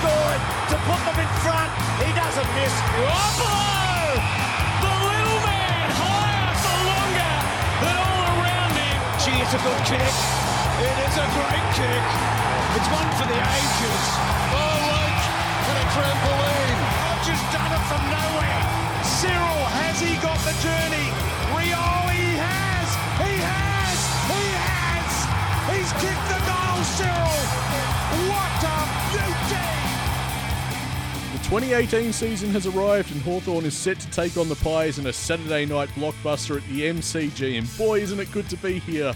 to put them in front. He doesn't miss. Buffalo! Oh, The little man higher for longer than all around him. Gee, it's a good kick. It is a great kick. It's one for the ages. Oh, like on a trampoline. I've just done it from nowhere. Cyril, has he got the journey? Rio, he has. He has. He has. He's kicked the goal, Cyril. What a beauty! The 2018 season has arrived and Hawthorn is set to take on the Pies in a Saturday night blockbuster at the MCG. And boy, isn't it good to be here!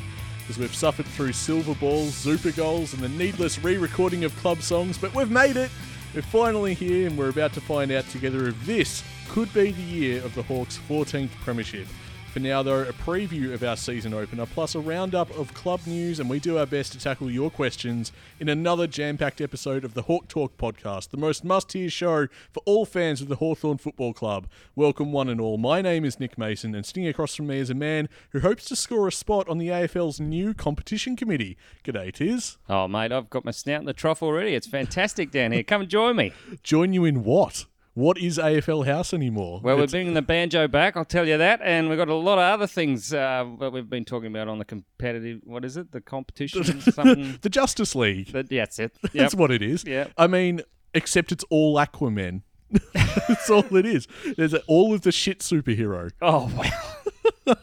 As we've suffered through silver balls, super goals, and the needless re recording of club songs, but we've made it! We're finally here and we're about to find out together if this could be the year of the Hawks' 14th Premiership. For now, though, a preview of our season opener, plus a roundup of club news, and we do our best to tackle your questions in another jam packed episode of the Hawk Talk podcast, the most must hear show for all fans of the Hawthorn Football Club. Welcome, one and all. My name is Nick Mason, and sitting across from me is a man who hopes to score a spot on the AFL's new competition committee. G'day, Tiz. Oh, mate, I've got my snout in the trough already. It's fantastic down here. Come and join me. Join you in what? What is AFL House anymore? Well, we're It's- bringing the banjo back, I'll tell you that. And we've got a lot of other things uh, that we've been talking about on the competitive, what is it? The competition, something. the Justice League. But yeah, that's it. Yep. That's what it is. Yep. I mean, except it's all Aquaman. That's all it is. There's all of the shit superhero. Oh, wow.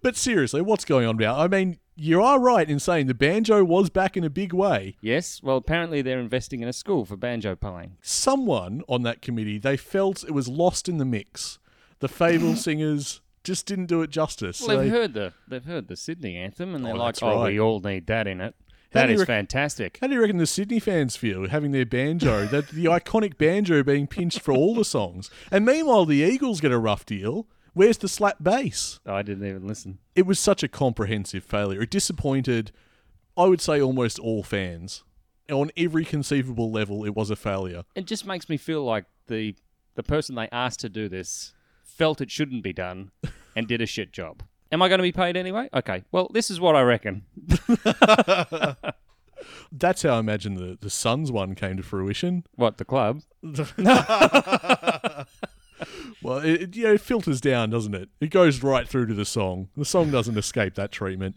But seriously, what's going on now? I mean, you are right in saying the banjo was back in a big way. Yes, well, apparently they're investing in a school for banjo playing. Someone on that committee, they felt it was lost in the mix. The Fable singers just didn't do it justice. Well, They- they've heard the they've heard the Sydney anthem, and they're Oh, like, that's "Oh, right. we all need that in it." How That do you is rec- fantastic. How do you reckon the Sydney fans feel having their banjo, that the iconic banjo being pinched for all the songs? And meanwhile, the Eagles get a rough deal. Where's the slap bass? I didn't even listen. it was such a comprehensive failure. It disappointed, I would say, almost all fans. On every conceivable level, it was a failure. it just makes me feel like the the person they asked to do this felt it shouldn't be done and did a shit job. Am I going to be paid anyway? Okay. Well, this is what I reckon. That's how I imagine the, the Suns one came to fruition. What the club? Well, it, it, you know, it filters down, doesn't it? It goes right through to the song. The song doesn't escape that treatment.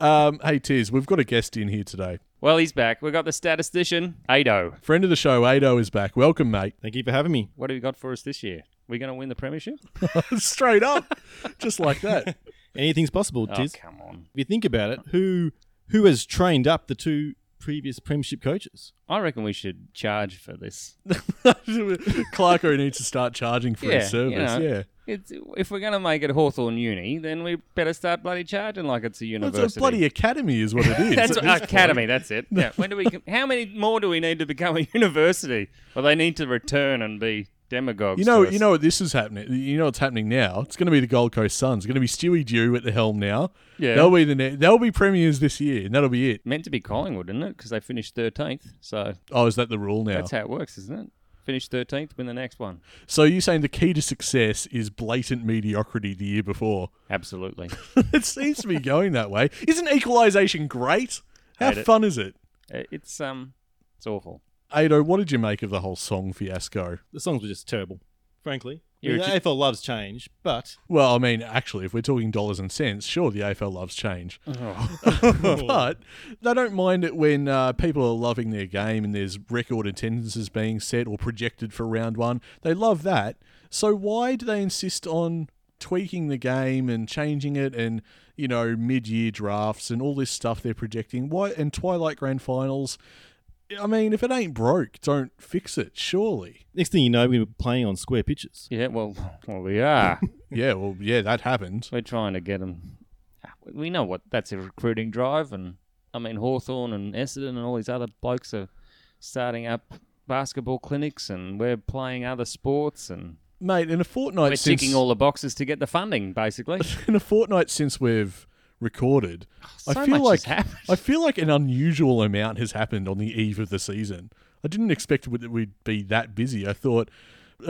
Um, hey, Tiz, we've got a guest in here today. Well, he's back. We got the statistician Ado. Friend of the show, Ado, is back. Welcome, mate. Thank you for having me. What have you got for us this year? We're going to win the premiership? Straight up, just like that. Anything's possible, Oh, Tiz. come on. If you think about it, who who has trained up the two previous premiership coaches? I reckon we should charge for this. Clarko needs to start charging for his you service. know, yeah. It's, if we're going to make it Hawthorn Uni, then we better start bloody charging like it's a university. It's a bloody academy, is what it is. That's At what- this academy. That's it. Yeah. When do we? How many more do we need to become a university? Well, they need to return and be demagogues. You know, to us. you know what this is happening. You know what's happening now. It's going to be the Gold Coast Suns. It's going to be Stewie Dew at the helm now. Yeah. they'll be the ne- they'll be premiers this year, and that'll be it. meant to be Collingwood, isn't it? Because they finished thirteenth. So Oh, is that the rule now? that's how it works, isn't it? Finish thirteenth, win the next one. so you're saying the key to success is blatant mediocrity the year before? Absolutely. it seems to be going that way. Isn't equalisation great? How Hate it. fun is it? Uh, it's um, it's awful. Ado, what did you make of the whole song fiasco? The songs were just terrible, frankly. You're the ju- AFL loves change, but Well, I mean, actually, if we're talking dollars and cents, sure, the AFL loves change. but they don't mind it when uh, people are loving their game and there's record attendances being set or projected for round one. They love that. So why do they insist on tweaking the game and changing it and, you know, mid year drafts and all this stuff they're projecting? Why and Twilight Grand Finals? I mean, if it ain't broke, don't fix it, surely. next thing you know, we were playing on square pitches. Yeah. Well, well, we are. Yeah, well, yeah, that happened. We're trying to get them. We know what that's a recruiting drive, and I mean Hawthorn and Essendon and all these other blokes are starting up basketball clinics, and we're playing other sports, and Mate, in a fortnight we're since ticking all the boxes to get the funding, basically. in a fortnight since we've recorded, I Oh, so feel much like has happened. I feel like an unusual amount has happened on the eve of the season. I didn't expect that we'd be that busy. I thought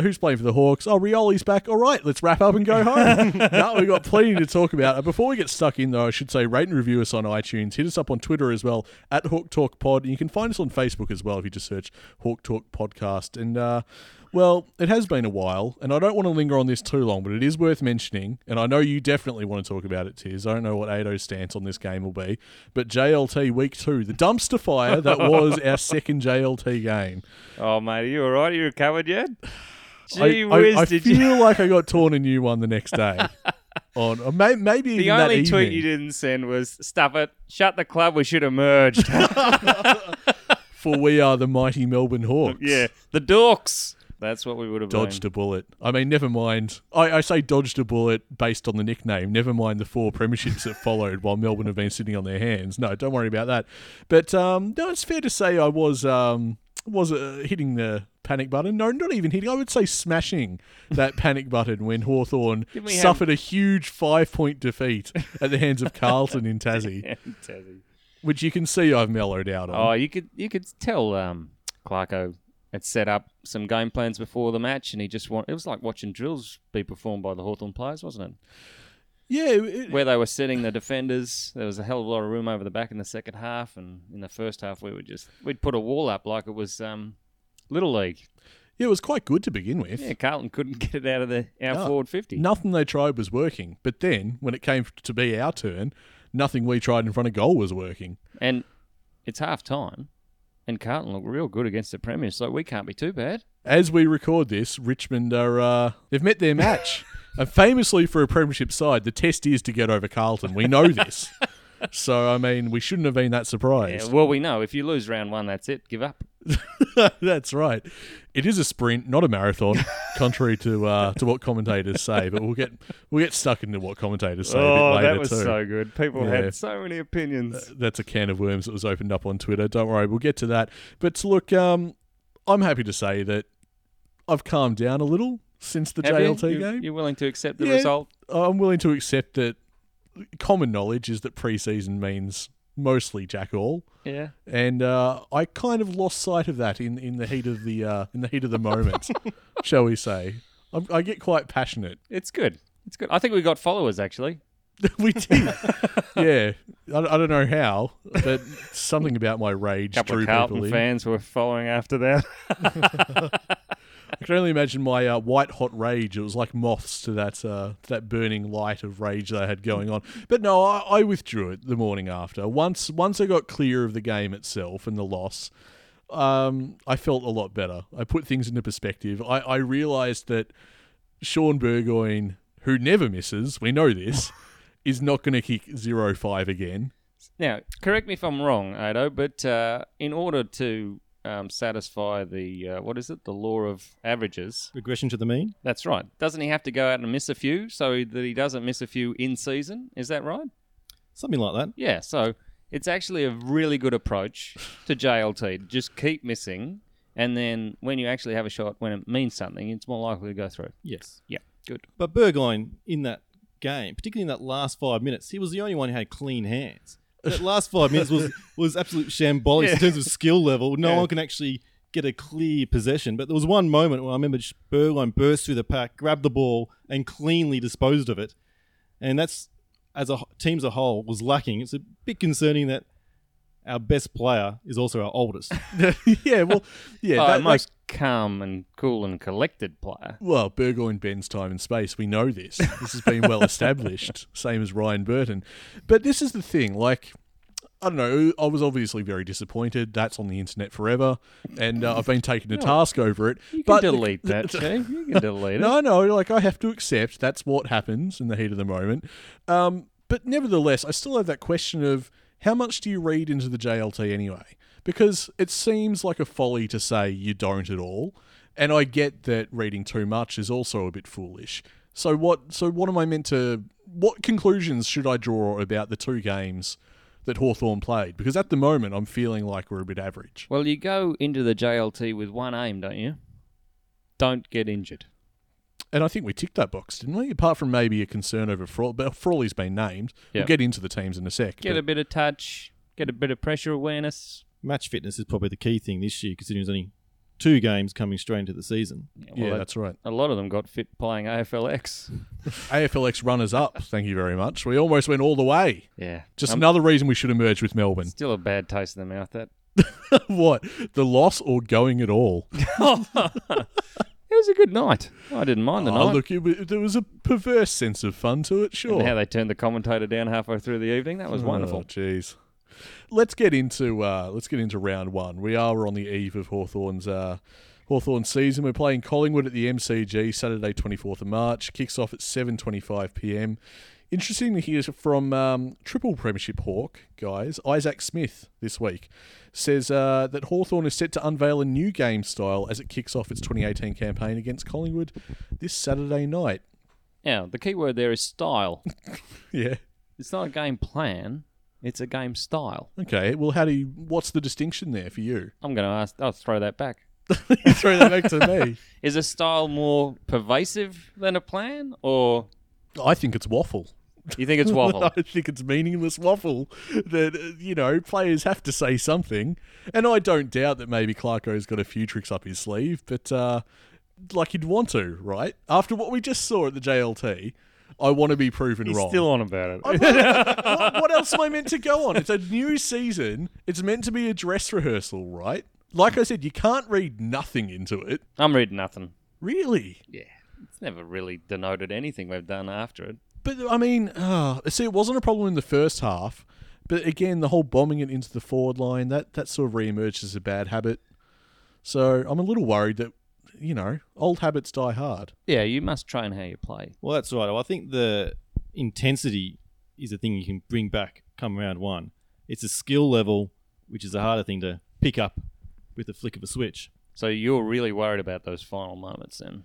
who's playing for the Hawks? Oh, Rioli's back. All right, let's wrap up and go home. no, we've got plenty to talk about. Uh, Before we get stuck in, though, I should say rate and review us on iTunes. Hit us up on Twitter as well, at Hawk Talk Pod. And you can find us on Facebook as well if you just search Hawk Talk Podcast. And, uh, well, it has been a while, and I don't want to linger on this too long, but it is worth mentioning. And I know you definitely want to talk about it, Tiz. I don't know what Ado's stance on this game will be, but JLT Week 2, the dumpster fire that was our second JLT game. Oh, mate, are you all right? You recovered yet? I- Gee I, whiz, I did feel you? like I got torn a new one the next day. on or may, maybe even The that only tweet evening. you didn't send was "Stuff it, shut the club. We should have merged." for we are the mighty Melbourne Hawks. yeah, the Dorks. That's what we would have Dodged Been. a bullet. I mean, never mind. I, I say dodged a bullet based on the nickname. Never mind the four premierships that followed while Melbourne have been sitting on their hands. No, don't worry about that. But um, no, it's fair to say I was um, was uh, hitting the panic button. No, not even hitting. I would say smashing that panic button when Hawthorn Didn't we have- suffered a huge five point defeat at the hands of Carlton in Tassie, Tassie. which you can see I've mellowed out on. Oh, you could you could tell um, Clarko had set up some game plans before the match, and he just want it was like watching drills be performed by the Hawthorn players, wasn't yeah, it- it? Where they were setting the defenders, there was a hell of a lot of room over the back in the second half, and in the first half we were just we'd put a wall up like it was um, little league. yeah, it was quite good to begin with. Yeah, Carlton couldn't get it out of the our No. forward fifty. Nothing they tried was working. But then, when it came to be our turn, nothing we tried in front of goal was working. and it's half time, and Carlton look real good against the Premier, so we can't be too bad. As we record this, Richmond are uh, they've met their match. and famously for a premiership side, the test is to get over Carlton. We know this. so I mean, we shouldn't have been that surprised. Yeah, well, we know if you lose round one, that's it. Give up. That's right. It is a sprint, not a marathon, contrary to uh, to what commentators say. But we'll get we'll get stuck into what commentators say Oh, a bit later too. good. People Yeah. Uh, had so many opinions. that's a can of worms that was opened up on Twitter. Don't worry, we'll get to that. But look, um, I'm happy to say that I've calmed down a little since the JLT you, game. You're willing to accept the Yeah. result? I'm willing to accept that common knowledge is that preseason means mostly jack all. Yeah. And uh, I kind of lost sight of that in, in the heat of the uh, in the heat of the moment, shall we say? I, I get quite passionate. It's good. It's good. I think we got followers actually. we did, yeah. I, I don't know how, but something about my rage A couple drew of people Carlton in. fans were following after that. I can only imagine my uh, white hot rage. It was like moths to that uh, to that burning light of rage that I had going on. But no, I, I withdrew it the morning after. Once once I got clear of the game itself and the loss, um, I felt a lot better. I put things into perspective. I, I realized that Sean Burgoyne, who never misses, we know this, is not going to kick 0-5 again. Now, correct me if I'm wrong, Ado, but uh, in order to um, satisfy the uh, what is it? The law of averages. Regression to the mean. That's right. Doesn't he have to go out and miss a few so that he doesn't miss a few in season? Is that right? Something like that. Yeah, so it's actually a really good approach to JLT. Just keep missing, and then when you actually have a shot, when it means something, it's more likely to go through. Yes. Yeah, good. But Burgoyne in that game, particularly in that last five minutes, he was the only one who had clean hands. That last five minutes was was absolute shambolic in terms of skill level. No one can actually get a clear possession. But there was one moment where I remember Burgoyne burst through the pack, grabbed the ball, and cleanly disposed of it. And that's as a wh- team as a whole was lacking. It's a bit concerning that our best player is also our oldest. yeah, well, yeah, Oh, that- most calm and cool and collected player. Well, Burgoyne bends time and space. We know this. This has been well established, same as Ryan Burton. But this is the thing, like. I don't know. I was obviously very disappointed. That's on the internet forever, and uh, I've been taken to task over it. You can but delete that, Chief. You can delete it. no, no, like I have to accept that's what happens in the heat of the moment. Um, but nevertheless, I still have that question of how much do you read into the JLT anyway? Because it seems like a folly to say you don't at all. And I get that reading too much is also a bit foolish. So what so what am I meant to what conclusions should I draw about the two games that Hawthorn played? Because at the moment I'm feeling like we're a bit average. Well, you go into the JLT with one aim, don't you? Don't get injured. And I think we ticked that box, didn't we? Apart from maybe a concern over Frawley, but Frawley's been named. Yeah. We'll get into the teams in a sec. Get but- a bit of touch. Get a bit of pressure awareness. Match fitness is probably the key thing this year, considering there's only two games coming straight into the season. Well, yeah, that- that's right. A lot of them got fit playing AFLX. AFLX runners up. Thank you very much. We almost went all the way. Yeah, Just Um, another reason we should have merged with Melbourne. Still a bad taste in the mouth. That what? The loss or going at all? it was a good night. I didn't mind the Oh, night. look, it, wa- there was a perverse sense of fun to it, sure. And how they turned the commentator down halfway through the evening. That was Oh, wonderful. jeez. Let's get into uh, let's get into round one. We are on the eve of Hawthorn's uh, Hawthorn season. We're playing Collingwood at the MCG Saturday, twenty fourth of March. Kicks off at seven twenty five p.m. Interesting to hear from um, Triple Premiership Hawk guys Isaac Smith this week says uh, that Hawthorn is set to unveil a new game style as it kicks off its 2018 campaign against Collingwood this Saturday night. Now the key word there is style. Yeah. it's not a game plan. It's a game style. Okay. Well, how do you? What's the distinction there for you? I'm going to ask. I'll throw that back. you throw that back to me. Is a style more pervasive than a plan, or I think it's waffle. you think it's waffle? I think it's meaningless waffle that uh, you know players have to say something, and I don't doubt that maybe Clarko's got a few tricks up his sleeve, but uh, like you'd want to, right? After what we just saw at the JLT, I want to be proven He's wrong. still on about it. what, what else am I meant to go on? It's a new season. It's meant to be a dress rehearsal, right? Like I said, you can't read nothing into it, I'm reading nothing. really. Yeah, it's never really denoted anything we've done after it. But I mean, uh, see, it wasn't a problem in the first half. But again, the whole bombing it into the forward line that that sort of reemerged as a bad habit. So I'm a little worried that you know old habits die hard. Yeah, you must train how you play. Well, that's right. I think the intensity is a thing you can bring back come round one. It's a skill level, which is a harder thing to pick up with the flick of a switch. So you're really worried about those final moments then.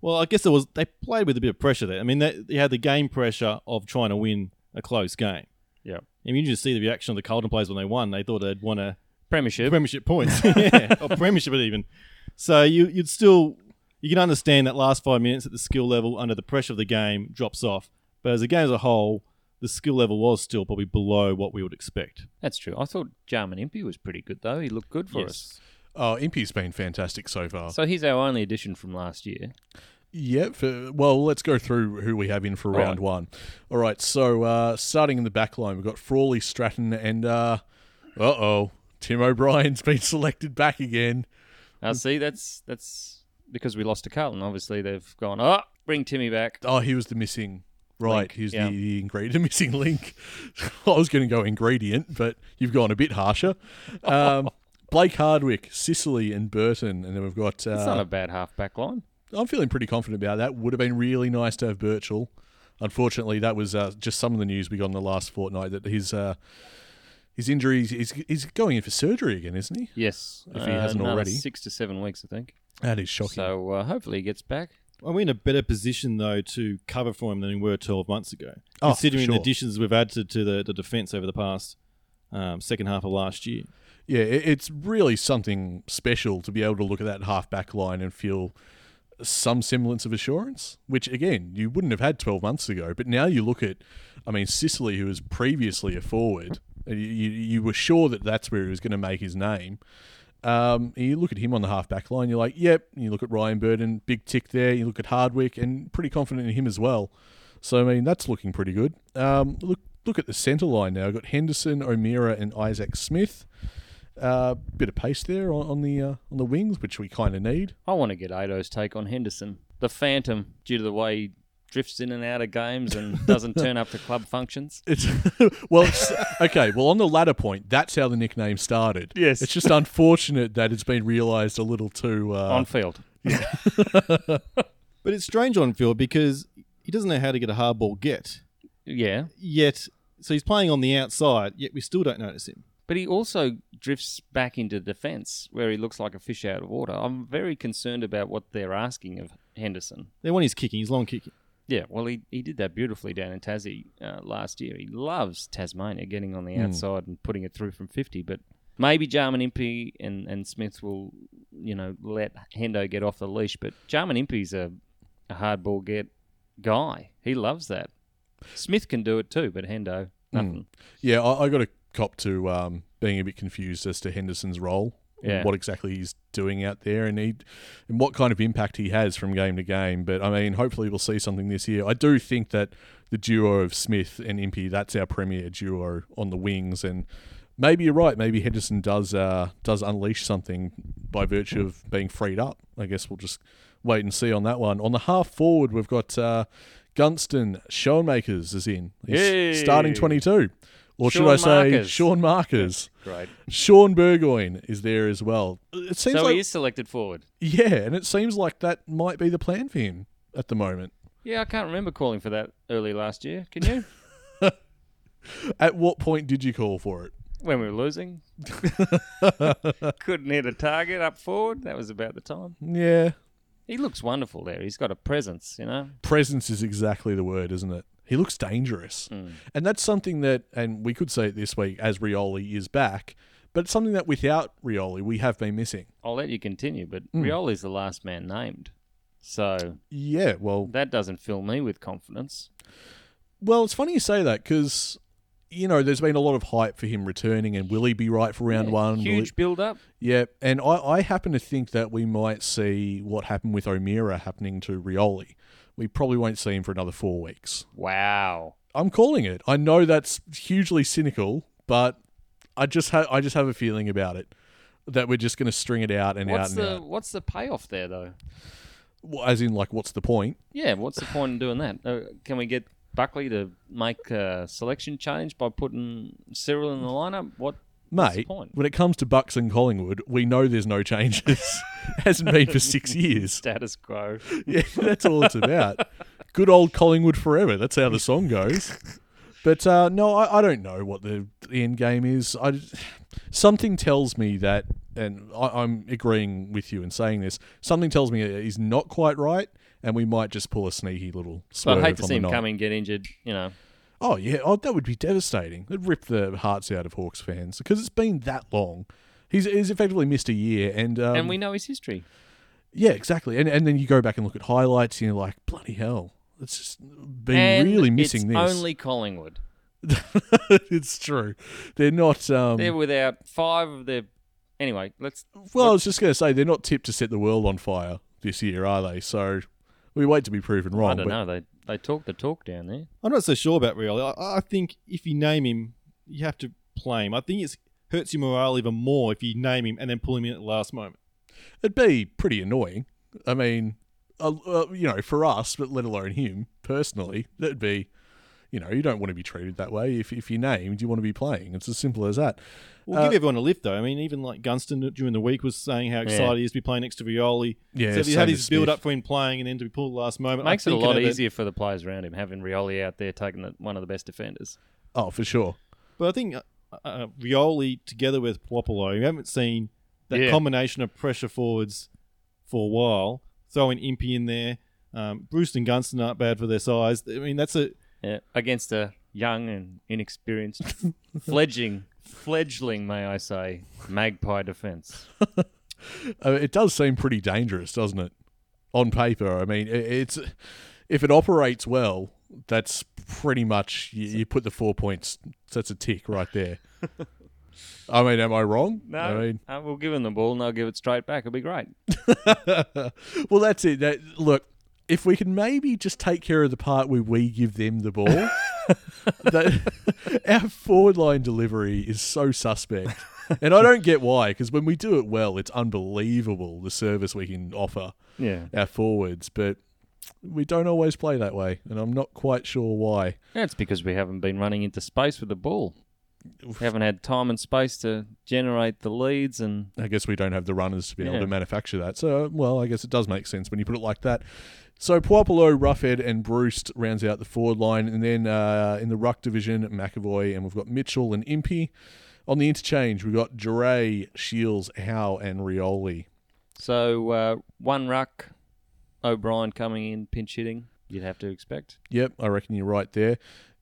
Well, I guess there was they played with a bit of pressure there. I mean, they, they had the game pressure of trying to win a close game. Yeah. I mean, you just see the reaction of the Carlton players when they won. They thought they'd won a Premiership. premiership points, yeah, or premiership even. So you you'd still you can understand that last five minutes at the skill level under the pressure of the game drops off, but as a game as a whole, the skill level was still probably below what we would expect. That's true. I thought Jarman Impey was pretty good though. He looked good for us. Oh, Impey's been fantastic so far. So he's our only addition from last year. Yeah, for, well, let's go through who we have in for round right. one. All right, so uh, starting in the back line, we've got Frawley, Stratton, and uh oh, Tim O'Brien's been selected back again. Now see, that's that's because we lost to Carlton. Obviously, they've gone. Oh, bring Timmy back. Oh, he was the missing. Right, Link, he's yeah. the, the ingredient, missing link. I was going to go ingredient, but you've gone a bit harsher. Um, Blake Hardwick, Sicily, and Burton, and then we've got. It's not Uh, a bad half back line. I'm feeling pretty confident about that. Would have been really nice to have Birchall. Unfortunately, that was uh, just some of the news we got in the last fortnight that his uh, his injuries he's, he's going in for surgery again, isn't he? Yes, If he hasn't another already. six to seven weeks, I think. That is shocking. So uh, hopefully he gets back. Are we in a better position though to cover for him than we were 12 months ago, Oh, for considering sure. the additions we've added to the, the defence over the past um, second half of last year? Yeah, it, it's really something special to be able to look at that half back line and feel some semblance of assurance, which again, you wouldn't have had 12 months ago. But now you look at, I mean, Sicily, who was previously a forward, and you, you, you were sure that that's where he was going to make his name. Um, you look at him on the half back line, you're like, yep. You look at Ryan Burden, big tick there. You look at Hardwick, and pretty confident in him as well. So I mean, that's looking pretty good. Um, look, look at the centre line now. I've got Henderson, O'Meara, and Isaac Smith. Uh, bit of pace there on, on the uh, on the wings, which we kind of need. I want to get Ado's take on Henderson, the Phantom, due to the way he drifts in and out of games and doesn't turn up to club functions. It's well, it's, okay. Well, on the latter point, that's how the nickname started. Yes. it's just unfortunate that it's been realised a little too. Uh, on field. But it's strange on field because he doesn't know how to get a hard ball get Yeah, yet. So he's playing on the outside, yet we still don't notice him. but he also drifts back into defence where he looks like a fish out of water. I'm very concerned about what they're asking of Henderson. They want his kicking, his long kicking. Yeah, well, he, he did that beautifully down in Tassie uh, last year. He loves Tasmania, getting on the Hmm. outside and putting it through from 50. But maybe Jarman Impey and, and Smith will, you know, let Hendo get off the leash. But Jarman Impey's a, a hardball get guy. He loves that. Smith can do it too, but Hendo, Hmm. nothing. yeah, I, I got a cop to um, being a bit confused as to Henderson's role Yeah. what exactly he's doing out there and he and what kind of impact he has from game to game. But I mean, hopefully we'll see something this year. I do think that the duo of Smith and Impey, that's our premier duo on the wings and maybe you're right, maybe Henderson does uh, does unleash something by virtue of being freed up. I guess we'll just wait and see on that one. On the half forward we've got uh, Gunston Schoenmakers is in. He's Yay. starting twenty two. Or should Shaun I say Markers. Sean Markers? Great. Sean Burgoyne is there as well. It seems So like he is selected forward. yeah, and it seems like that might be the plan for him at the moment. Yeah, I can't remember calling for that early last year. Can you? At what point did you call for it? when we were losing, couldn't hit a target up forward. That was about the time. Yeah, He looks wonderful there. He's got a presence, you know. presence is exactly the word, isn't it? He looks dangerous. Mm. And that's something that, and we could say it this week as Rioli is back, but it's something that without Rioli, we have been missing. I'll let you continue, but Hmm. Rioli's the last man named. So Yeah, well, that doesn't fill me with confidence. Well, it's funny you say that because you know there's been a lot of hype for him returning, and will he be right for round one? Will Huge he- build up. yeah, and I, I happen to think that we might see what happened with O'Meara happening to Rioli. We probably won't see him for another four weeks. Wow. I'm calling it. I know that's hugely cynical, but I just ha- I just have a feeling about it that we're just going to string it out and What's out the and out. what's the payoff there though? Well, As in, like, what's the point? Yeah, what's the point in doing that? Uh, can we get Buckley to make a selection change by putting Cyril in the lineup? What what's the Mate, point? when it comes to Bucks and Collingwood, we know there's no changes. Hasn't been for six years. Status quo. Yeah, that's all it's about. Good old Collingwood forever. That's how the song goes. But uh, no, I, I don't know what the, the end game is. I something tells me that, and I, I'm agreeing with you in saying this. Something tells me it is not quite right, and we might just pull a sneaky little. But Swerve I'd hate to on see the him night. come in, get injured, you know. Oh yeah, oh that would be devastating. It'd rip the hearts out of Hawks fans because it's been that long. He's, he's effectively missed a year, and um, and we know his history. yeah, exactly. And and then you go back and look at highlights, and you're like, bloody hell, it's just been and really missing it's this. Only Collingwood. it's true. They're not. Um, They're without five of their. Anyway, let's. well, I was just going to say they're not tipped to set the world on fire this year, are they? So we wait to be proven wrong. I don't but know. They they talk the talk down there. I'm not so sure about Rioli. I, I think if you name him, you have to play him. I think it hurts your morale even more if you name him and then pull him in at the last moment. It'd be pretty annoying. I mean, uh, uh, you know, for us, but let alone him personally, that'd be. You know, you don't want to be treated that way. If, if you're named, you want to be playing. It's as simple as that. We'll Uh, give everyone a lift, though. I mean, even like Gunston during the week was saying how excited he is to be playing next to Rioli. Yeah, so if you same had as his build Smith. up for him playing and then to be pulled at the last moment, I Makes it a think lot have easier for the players around him having Rioli out there taking the, one of the best defenders. Oh, for sure. But I think uh, uh, Rioli together with Popolo, you haven't seen that Yeah. combination of pressure forwards for a while. Throwing Impey in there. Um, Bruce and Gunston aren't bad for their size. I mean, that's a Yeah, against a young and inexperienced, fledging, fledgling, may I say, magpie defence. Uh, it does seem pretty dangerous, doesn't it? On paper, I mean, i it's if it operates well, that's pretty much you, you put the four points. That's a tick right there. I mean, am I wrong? No, I mean, uh, we'll give him the ball and I'll give it straight back. It'll be great. well, that's it. That, look, if we can maybe just take care of the part where we give them the ball, that our forward line delivery is so suspect, and I don't get why. Because when we do it well, it's unbelievable the service we can offer. Yeah. our forwards, but we don't always play that way, and I'm not quite sure why. That's because we haven't been running into space with the ball. We haven't had time and space to generate the leads, and I guess we don't have the runners to be able Yeah. to manufacture that. So, uh, well, I guess it does make sense when you put it like that. So, Puapolo, Roughhead, and Bruce rounds out the forward line, and then uh, in the ruck division, McAvoy, and we've got Mitchell and Impey. On the interchange, we've got Duray, Shields, Howe, and Rioli. so uh, one ruck, O'Brien coming in pinch hitting. You'd have to expect. Yep, I reckon you're right there.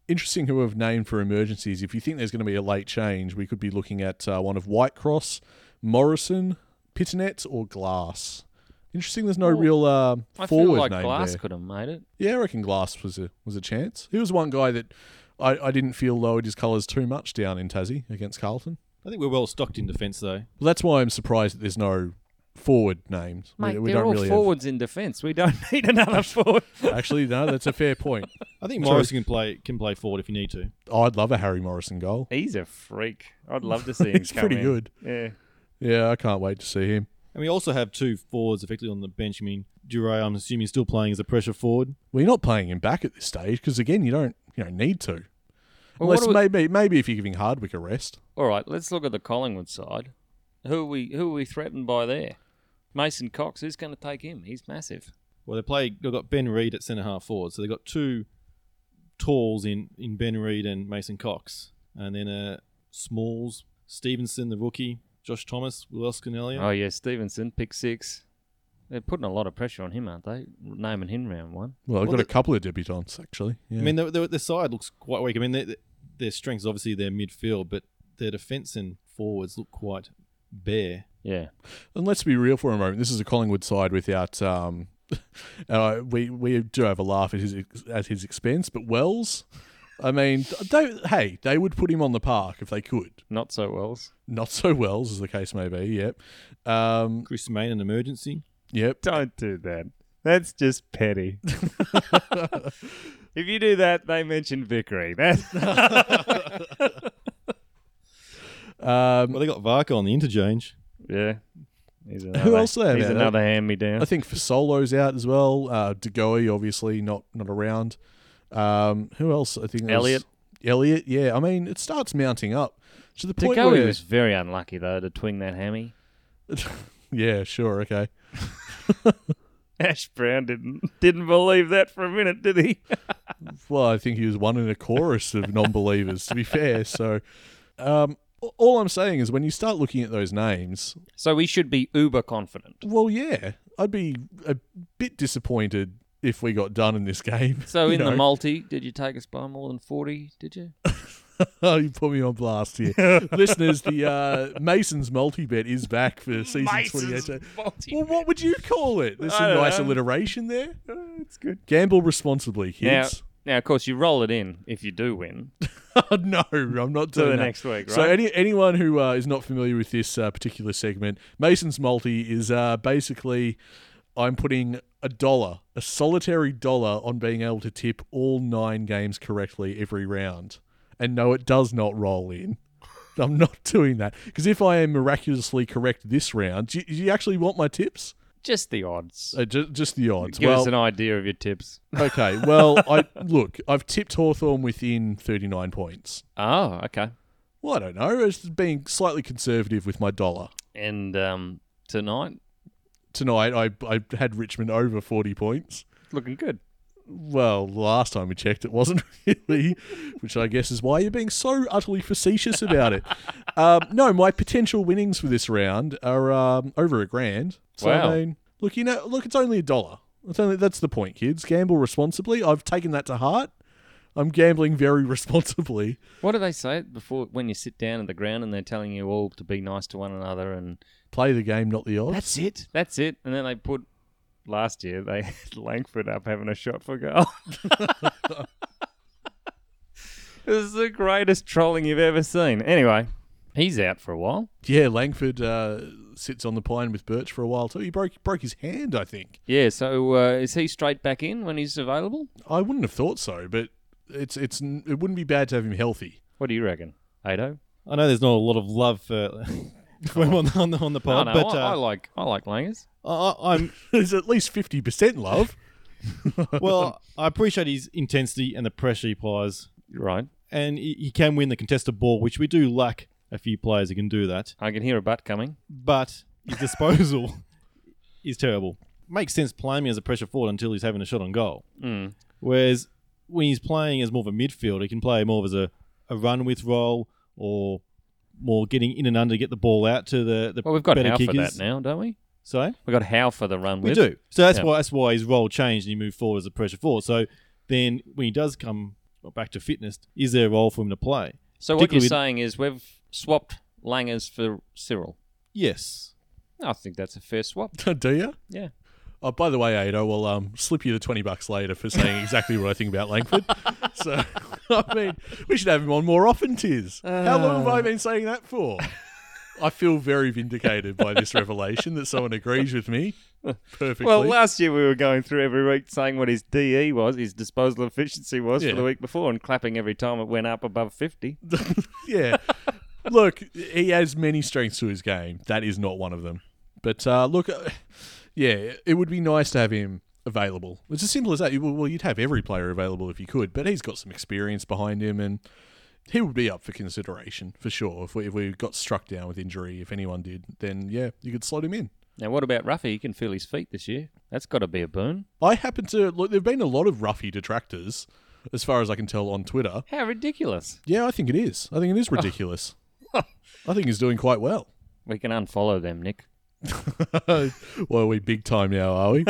Interesting who have named for emergencies. If you think there's going to be a late change, we could be looking at uh, one of Whitecross, Morrison, Pitternet, or Glass. Interesting. There's no real uh, I forward feel like name Glass there. could have made it. Yeah, I reckon Glass was a was a chance. He was one guy that I, I didn't feel lowered his colours too much down in Tassie against Carlton. I think we're well stocked in defence, though. Well, that's why I'm surprised that there's no forward names. We- Mate, we they're don't all really have- forwards in defence. We don't need another forward. Actually, no, that's a fair point. I think Morrison can play can play forward if you need to. I'd love a Harry Morrison goal. He's a freak. I'd love to see him. He's come pretty in. good. Yeah. Yeah, I can't wait to see him. And we also have two forwards effectively on the bench. I mean, Duray, I'm assuming, is still playing as a pressure forward. Well, you're not playing him back at this stage because again, you don't you don't need to. Well, what Unless do we- maybe maybe if you're giving Hardwick a rest. All right, let's look at the Collingwood side. Who are we who are we threatened by there? Mason Cox, who's going to take him? He's massive. Well, they play. They've got Ben Reed at centre half forward, so they've got two talls in in Ben Reed and Mason Cox, and then uh, Smalls, Stevenson, the rookie, Josh Thomas, Will Escanilla. Oh yeah, Stevenson, pick six. They're putting a lot of pressure on him, aren't they? Naming him round one. Well, I've Well, got a the- couple of debutants actually. Yeah. I mean, the, the, the side looks quite weak. I mean, their their strength is obviously their midfield, but their defence and forwards look quite bare. Yeah. and let's be real for a moment. This is a Collingwood side without. Um, uh, we we do have a laugh at his ex- at his expense, but Wells. I mean, they, hey, they would put him on the park if they could. Not so Wells. Not so Wells, as the case may be. Yep. Um, Chris Main, an emergency. yep. Don't do that. That's just petty. if you do that, they mention Vickery. That Um, Well, they got Varka on the interchange. Yeah. He's another, else there, He's man? another hand me down. I think Fasolo's out as well. Uh, DeGoey, obviously, not not around. Um, who else? I think it was- Elliot. Elliot, yeah. I mean, it starts mounting up to the point Degoe where. was very unlucky though to twing that hammy. yeah, sure, okay. Ash Brown didn't didn't believe that for a minute, did he? Well, I think he was one in a chorus of non-believers, to be fair. So, um, all I'm saying is, when you start looking at those names, So we should be uber confident. well, yeah, I'd be a bit disappointed if we got done in this game. So you in the know. multi, did you take us by more than forty? Did you? Oh, you put me on blast here. Listeners, the uh, Mason's multi bet is back for Mm, season 2018. Well, what would you call it? There's I some don't nice know. Uh, alliteration there. It's good. Gamble responsibly, Now, kids. now, of course, you roll it in if you do win. Oh, no, I'm not doing that. the next week, So, right? any, anyone who uh, is not familiar with this uh, particular segment, Mason's multi is uh, basically I'm putting a dollar, a solitary dollar, on being able to tip all nine games correctly every round. And no, it does not roll in. I'm not doing that because if I am miraculously correct this round, do you, do you actually want my tips? Just the odds. Uh, ju- just the odds. Give well, us an idea of your tips. Okay, well, I look, I've tipped Hawthorn within 39 points. Oh, okay. Well, I don't know. It's being slightly conservative with my dollar. And um, tonight, Tonight, I, I had Richmond over 40 points. looking good. Well, the last time we checked, it wasn't really, which I guess is why you're being so utterly facetious about it. Um, no, my potential winnings for this round are um, over a grand. So, Wow. I mean, look, you know, look, it's only a dollar. It's only, that's the point, kids. Gamble responsibly. I've taken that to heart. I'm gambling very responsibly. What do they say before when you sit down at the ground and they're telling you all to be nice to one another and play the game, not the odds. That's it. That's it. And then they put last year they had Langford up having a shot for goal. this is the greatest trolling you've ever seen. Anyway, he's out for a while. yeah, Langford uh, sits on the pine with Birch for a while too. He broke broke his hand, I think. Yeah. So uh, is he straight back in when he's available? I wouldn't have thought so, but it's it's n- it wouldn't be bad to have him healthy. What do you reckon, Ado? I know there's not a lot of love for, for him on the, on the, on the Oh, pod, no, but I, I uh, like I like Langers. I, I, I'm There's at least fifty percent love. well. I appreciate his intensity and the pressure he applies, You're right. and he, he can win the contested ball, which we do lack a few players who can do that. I can hear a butt coming. But his disposal is terrible. Makes sense playing him as a pressure forward until he's having a shot on goal. Mm. Whereas when he's playing as more of a midfielder, he can play more of as a, a run with role or more getting in and under to get the ball out to the, the Well, we've got better Howe for kickers. that now, don't we? So We've got Howe for the run. we with. do. So that's Yeah. why that's why his role changed and he moved forward as a pressure forward. So then when he does come back to fitness, is there a role for him to play? So what you're Particularly with- saying is we've swapped Langers for Cyril. Yes. I think that's a fair swap. Do you? Yeah. Oh, by the way, Ada, I'll um, slip you the 20 bucks later for saying exactly what I think about Langford. So, I mean, we should have him on more often, Tiz. How long have I been saying that for? I feel very vindicated by this revelation that someone agrees with me perfectly. Well, last year we were going through every week saying what his DE was, his disposal efficiency was Yeah. for the week before, and clapping every time it went up above 50. yeah. Look, he has many strengths to his game. That is not one of them. But uh, look, uh, yeah, it would be nice to have him available. It's as simple as that. You- Well, you'd have every player available if you could, but he's got some experience behind him, and he would be up for consideration for sure. If we, if we got struck down with injury, if anyone did, then yeah, you could slot him in. Now, what about Ruffy? He can feel his feet this year. That's got to be a boon. I happen to look. There've been a lot of roughy detractors, as far as I can tell, on Twitter. How ridiculous. Yeah, I think it is. I think it is ridiculous. I think he's doing quite well. We can unfollow them, Nick. well, we big time now, are we?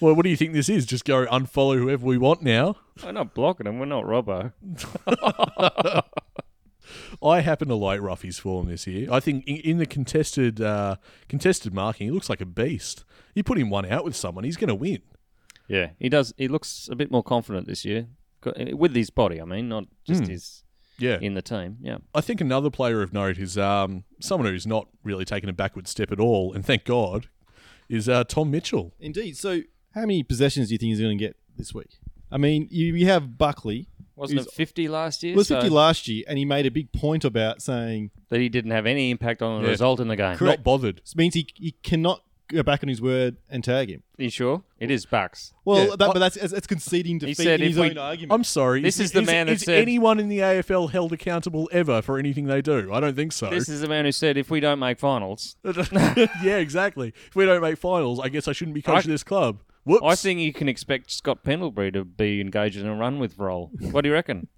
well, what do you think this is? Just go unfollow whoever we want now. We're not blocking them. We're not Robbo. I happen to like Ruffy's form this year. I think in, in the contested uh, contested marking, he looks like a beast. You put him one out with someone, he's going to win. Yeah, he does. He looks a bit more confident this year Got- eh, with his body. I mean, not just his Yeah, in the team. Yeah. I think another player of note is um, someone who's not really taken a backward step at all, and thank God, is uh, Tom Mitchell. Indeed. So, how many possessions do you think he's going to get this week? I mean, you, you have Buckley. Wasn't who's- it 50 last year? It was 50 So- last year, and he made a big point about saying that he didn't have any impact on the Yeah. result in the game. Not bothered. this means he, he cannot go back on his word and tag him. You sure? It is Bucks. Well, Yeah. that, but that's, that's that's conceding defeat said in if his we- own argument. I'm sorry. This is the man that is said- anyone in the AFL held accountable ever for anything they do? I don't think so. This is the man who said, if we don't make finals, yeah, exactly. If we don't make finals, I guess I shouldn't be coach of I- this club. Whoops. I think you can expect Scott Pendlebury to be engaged in a run with role. What do you reckon?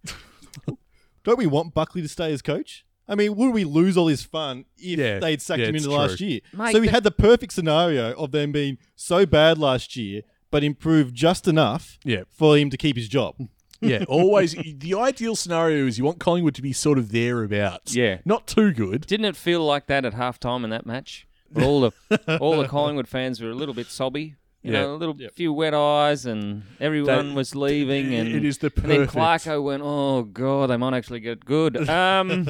Don't we want Buckley to stay as coach? I mean, would we lose all his fun if Yeah, they'd sacked yeah, him it's into last true. year? Mate, so we that- had the perfect scenario of them being so bad last year, but improved just enough Yeah. Mm. for him to keep his job. yeah, always. The ideal scenario is you want Collingwood to be sort of thereabouts. Yeah. Not too good. Didn't it feel like that at halftime in that match? Where all the all the Collingwood fans were a little bit sobby. You Yeah. know, a little few wet eyes, and everyone That- was leaving. And it is the and then perfect- Clarko went, "Oh God, they might actually get good." Um,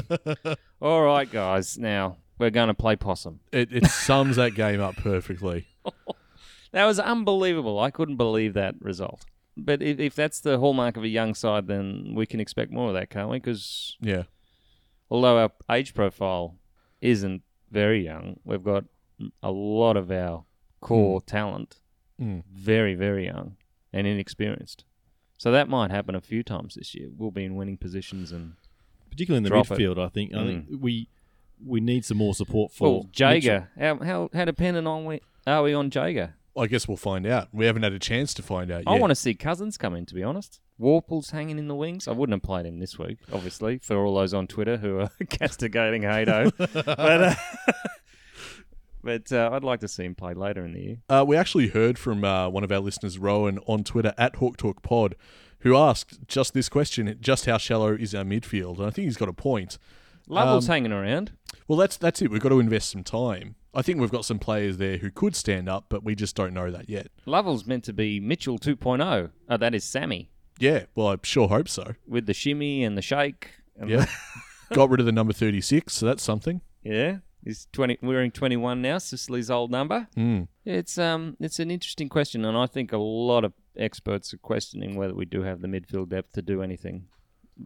all right, guys, now we're going to play possum. It, it sums that game up perfectly. That was unbelievable. I couldn't believe that result. But if, if that's the hallmark of a young side, then we can expect more of that, can't we? Because Yeah. although our age profile isn't very young, we've got a lot of our core talent very, very young and inexperienced. So that might happen a few times this year. We'll be in winning positions and particularly in the Drop it. Mm. midfield. I think I think we we need some more support for oh, Jager. How, how how dependent on we are we on Jager? I guess we'll find out. We haven't had a chance to find out yet. I want to see Cousins come in. To be honest, Warple's hanging in the wings. I wouldn't have played him this week, obviously, for all those on Twitter who are castigating Hado. but uh, but uh, I'd like to see him play later in the year. Uh, we actually heard from uh, one of our listeners, Rowan, on Twitter at Hawk Talk Pod, who asked just this question: just how shallow is our midfield? And I think he's got a point. Lovell's hanging around. Well, that's that's it. We've got to invest some time. I think we've got some players there who could stand up, but we just don't know that yet. Lovell's meant to be Mitchell 2.0. Oh, that is Sammy Yeah, well, I sure hope so. with the shimmy and the shake. And Yeah. Got rid of the number 36, so that's something. yeah. He's twenty. Wearing twenty-one now. Sicily's old number. It's um. It's an interesting question, and I think a lot of experts are questioning whether we do have the midfield depth to do anything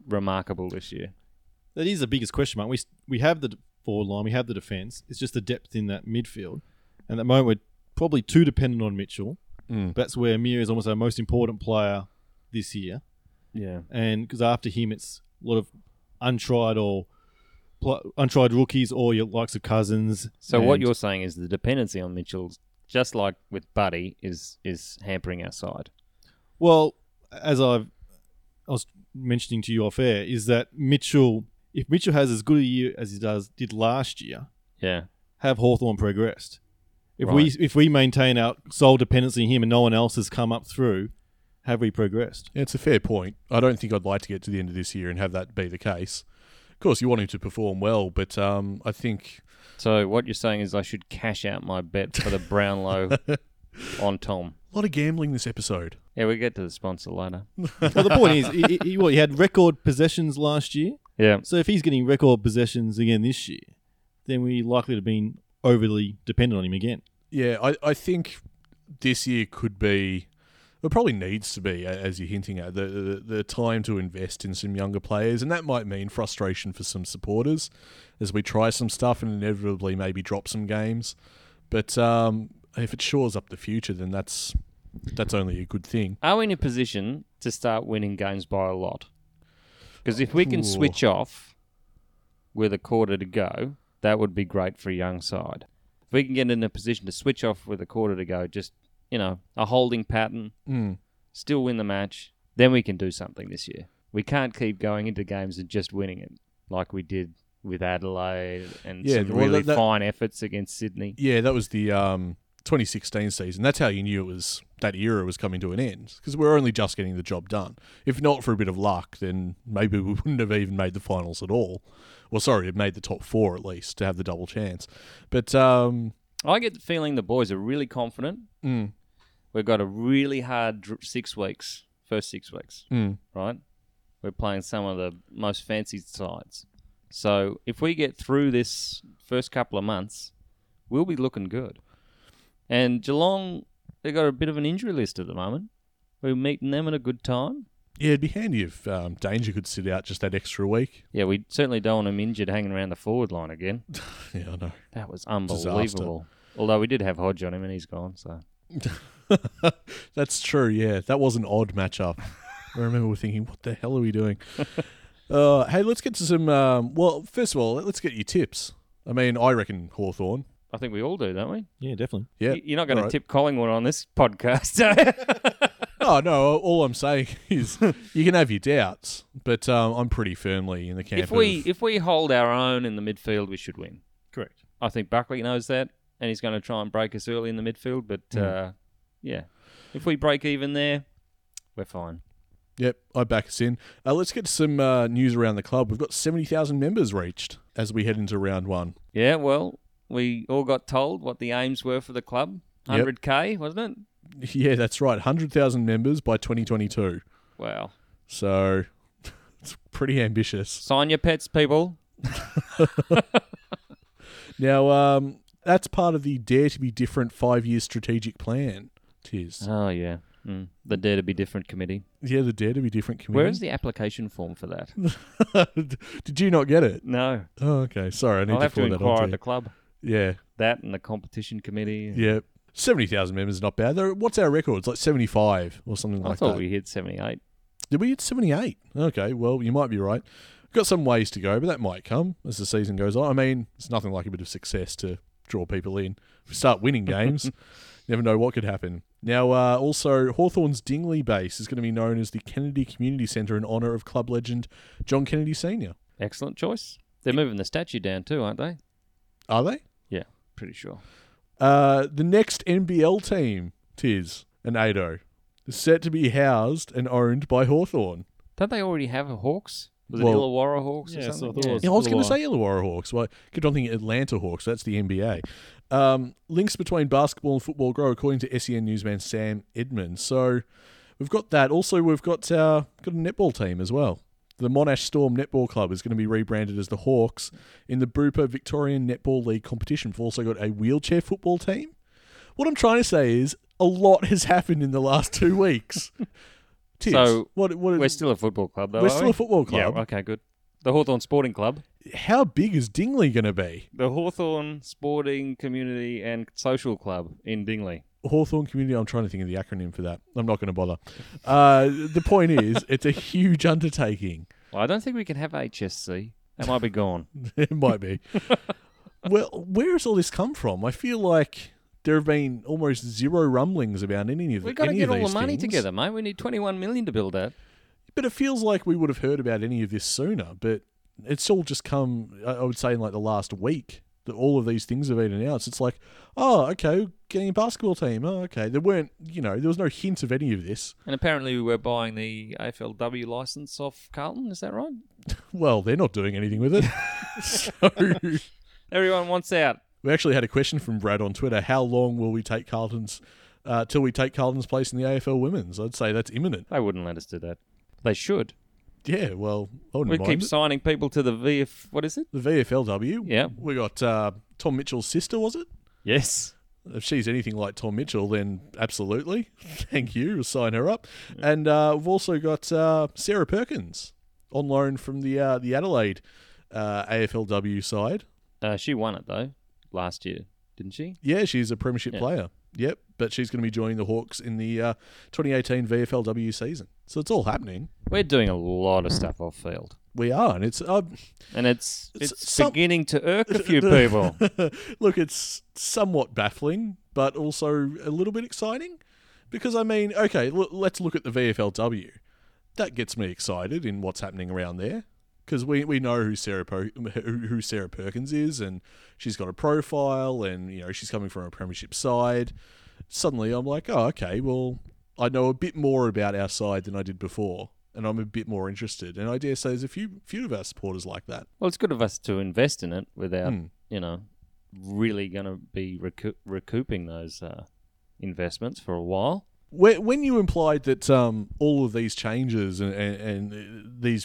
remarkable this year. That is the biggest question mark. We s- we have the d- forward line, we have the defence. It's just the depth in that midfield, and at the moment we're probably too dependent on Mitchell. Mm. That's where Amir is almost our most important player this year, Yeah. and because after him it's a lot of untried or pl- untried rookies or your likes of Cousins. So what and- you're saying is the dependency on Mitchell's, just like with Buddy, is is hampering our side. Well, as I've I was mentioning to you off air, is that Mitchell, if Mitchell has as good a year as he does did last year, Yeah. have Hawthorn progressed. If we if we maintain our sole dependency on him and no one else has come up through, have we progressed? Yeah, it's a fair point. I don't think I'd like to get to the end of this year and have that be the case. Of course, you want him to perform well, but um, I think So what you're saying is I should cash out my bet for the Brownlow on Tom. A lot of gambling this episode. Yeah, we get to the sponsor later. Well, the point is, he, he, what, he had record possessions last year. Yeah. So if he's getting record possessions again this year, then we're likely to have been overly dependent on him again. Yeah, I, I think this year could be, it probably needs to be, a- as you're hinting at, the, the, the time to invest in some younger players. And that might mean frustration for some supporters as we try some stuff and inevitably maybe drop some games. But um, if it shores up the future, then that's that's only a good thing. Are we in a position to start winning games by a lot? Because if we can Ooh. switch off with a quarter to go, that would be great for a young side. If we can get in a position to switch off with a quarter to go, just, you know, a holding pattern, Mm. still win the match, then we can do something this year. We can't keep going into games and just winning it like we did with Adelaide and Yeah, some well, really that- that- fine efforts against Sydney. Yeah, that was the um, 2016 season. That's how you knew it was that era was coming to an end because we're only just getting the job done. If not for a bit of luck, then maybe we wouldn't have even made the finals at all. Well, sorry, have made the top four at least to have the double chance. But um, I get the feeling the boys are really confident. Mm. We've got a really hard dr- six weeks, first six weeks, Mm. right? We're playing some of the most fancy sides. So if we get through this first couple of months, we'll be looking good. And Geelong, they got a bit of an injury list at the moment. We're meeting them at a good time. yeah, it'd be handy if um, Danger could sit out just that extra week. Yeah, we certainly don't want him injured hanging around the forward line again. Yeah, I know. That was unbelievable. Although we did have Hodge on him and he's gone, so. That's true. Yeah, that was an odd matchup. I remember we're thinking, what the hell are we doing? uh, hey, let's get to some. Um, well, first of all, let's get your tips. I mean, I reckon Hawthorn. I think we all do, don't we? Yeah, definitely. Yeah. Y- You're not going all right. to tip Collingwood on this podcast. Oh no! All I'm saying is you can have your doubts, but um, I'm pretty firmly in the camp. if we of- if we hold our own in the midfield, we should win. Correct. I think Buckley knows that, and he's going to try and break us early in the midfield. But uh, yeah, if we break even there, we're fine. yep, I back us in. Uh, let's get some uh, news around the club. We've got seventy thousand members reached as we head into round one. Yeah, well, we all got told what the aims were for the club. Yep. 100k, wasn't it? Yeah, that's right, hundred thousand members by 2022. Wow. So it's pretty ambitious. Sign your pets, people. Now, um, that's part of the Dare to Be Different five year strategic plan. Tis. Oh yeah. Mm. The Dare to Be Different committee. yeah, the Dare to Be Different Where is committee. the application form for that? Where is Did you not get it? No, Oh, okay. Sorry, I need I'll to have to forward that on inquire to at you. the club. Yeah, That and the competition committee. yeah. 70,000 members is not bad. Though, What's our record? It's like 75 or something I like thought that. we hit 78. Did we hit 78? Okay, well, you might be right. Got some ways to go, but that might come as the season goes on. I mean, it's nothing like a bit of success to draw people in. If we start winning games, never know what could happen. Now, uh, also, Hawthorn's Dingley base is going to be known as the Kennedy Community Centre in honour of club legend John Kennedy Sr. Excellent choice. They're moving the statue down too, aren't they? Are they? Yeah, pretty sure. Uh, the next NBL team, Tis and Ado, is set to be housed and owned by Hawthorn. Don't they already have a Hawks? Was it Well- Illawarra Hawks Yeah, or so something? I thought it was- Yeah, I was going to uh, Illawarra. say Illawarra Hawks. Well, I kept on thinking Atlanta Hawks. That's the NBA. Um, links between basketball and football grow, according to SEN newsman Sam Edmonds. So we've got that. Also, we've got uh, got a netball team as well. The Monash Storm Netball Club is going to be rebranded as the Hawks in the Bupa Victorian Netball League competition. We've also got a wheelchair football team. What I'm trying to say is a lot has happened in the last two weeks. Tis, So, what, what, We're still a football club, though. We're are still we? a football club. Yeah, okay, good. The Hawthorn Sporting Club. how big is Dingley going to be? The Hawthorn Sporting Community and Social Club in Dingley. Hawthorne Community. I'm trying to think of the acronym for that. I'm not going to bother. Uh, the point is, it's a huge undertaking. Well, I don't think we can have HSC. That might be gone. It might be. well, where has all this come from? I feel like there have been almost zero rumblings about any of We've got to any get of all the these money things. together, mate. We need 21 million to build that. But it feels like we would have heard about any of this sooner. But it's all just come. I I would say in like the last week that all of these things have been announced. It's like, oh, okay, getting a basketball team. Oh, okay. There weren't, you know, there was no hint of any of this. And apparently, we were buying the AFLW license off Carlton. Is that right? Well, they're not doing anything with it. so Everyone wants out. We actually had a question from Brad on Twitter. How long will we take Carlton's uh, till we take Carlton's place in the AFL Women's? I'd say that's imminent. They wouldn't let us do that. They should. Yeah, well, I wouldn't We mind. keep it. signing people to the VF. What is it? the VFLW. Yeah. we got uh, Tom Mitchell's sister. Was it? Yes. If she's anything like Tom Mitchell, then absolutely. Thank you. We'll sign her up. And uh, we've also got uh, Sarah Perkins on loan from the uh, the Adelaide uh, AFLW side. Uh, she won it though last year, didn't she? Yeah, she's a premiership player. Yep, but she's going to be joining the Hawks in the uh, 2018 VFLW season. So it's all happening. We're doing a lot of stuff off field, We are, and it's uh, and it's S- it's, some- beginning to irk a few people. look, it's somewhat baffling, but also a little bit exciting because I mean, okay, l- let's look at the VFLW. That gets me excited in what's happening around there because we, we know who Sarah per- who who Sarah Perkins is, and she's got a profile, and you know she's coming from a premiership side. Suddenly, I'm like, oh, okay, well, I know a bit more about our side than I did before. And I'm a bit more interested, and I dare say there's a few few of our supporters like that. well, it's good of us to invest in it without you know really going to be recoup- recouping those uh, investments for a while. when, when you implied that um, all of these changes and, and, and these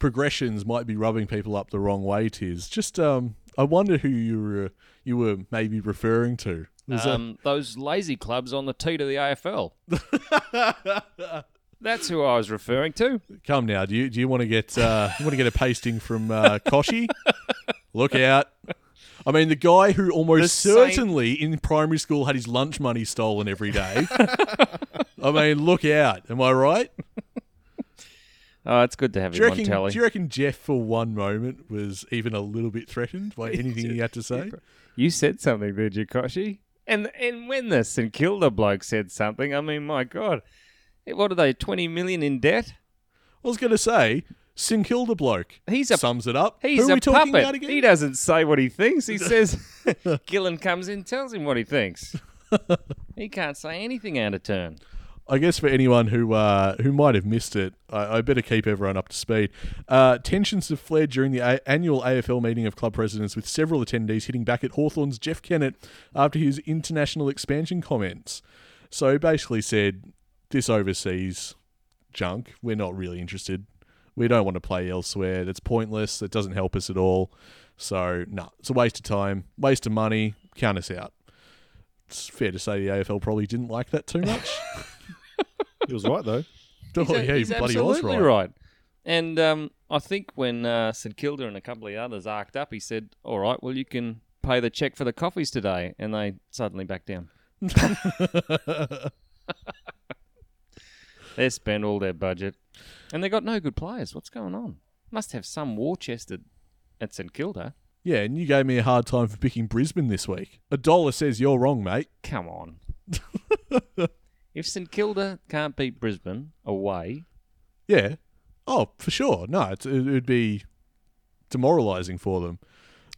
progressions might be rubbing people up the wrong way, Tiz, just um, I wonder who you were you were maybe referring to. Was that- Um, those lazy clubs on the tee to the AFL. That's who I was referring to. come now, do you do you want to get uh, you want to get a pasting from uh, Koshi? Look out! I mean, the guy who almost same- certainly in primary school had his lunch money stolen every day. I mean, look out! Am I right? Oh, it's good to have Do you, you on reckon, telly. do you reckon Jeff, for one moment, was even a little bit threatened by anything he had to say? You said something there, Jikoshi. And and when the St Kilda bloke said something, I mean, my God, Eh, what are they? Twenty million in debt? I was going to say, St Kilda bloke. He's a- sums it up. He's Who are a we talking puppet. about again? He doesn't say what he thinks. He says Gillen comes in, tells him what he thinks. he can't say anything out of turn. I guess for anyone who uh, who might have missed it, I, I better keep everyone up to speed. Uh, tensions have flared during the a- annual AFL meeting of club presidents, with several attendees hitting back at Hawthorn's Jeff Kennett after his international expansion comments. So he basically said, "This overseas junk, we're not really interested. We don't want to play elsewhere. That's pointless. That doesn't help us at all. So no, it's a waste of time, waste of money. Count us out." It's fair to say the AFL probably didn't like that too much. He was right though. Oh, He's a- yeah, you he's bloody was absolutely right. right. And um, I think when uh, St Kilda and a couple of the others arced up, he said, "All right, well, you can pay the check for the coffees today," and they suddenly backed down. they spent all their budget, and they got no good players. What's going on? Must have some war chest at, at St Kilda. Yeah, and you gave me a hard time for picking Brisbane this week. A dollar says you're wrong, mate. Come on. if St Kilda can't beat Brisbane away, Yeah. Oh, for sure. No, it's, it would be demoralising for them.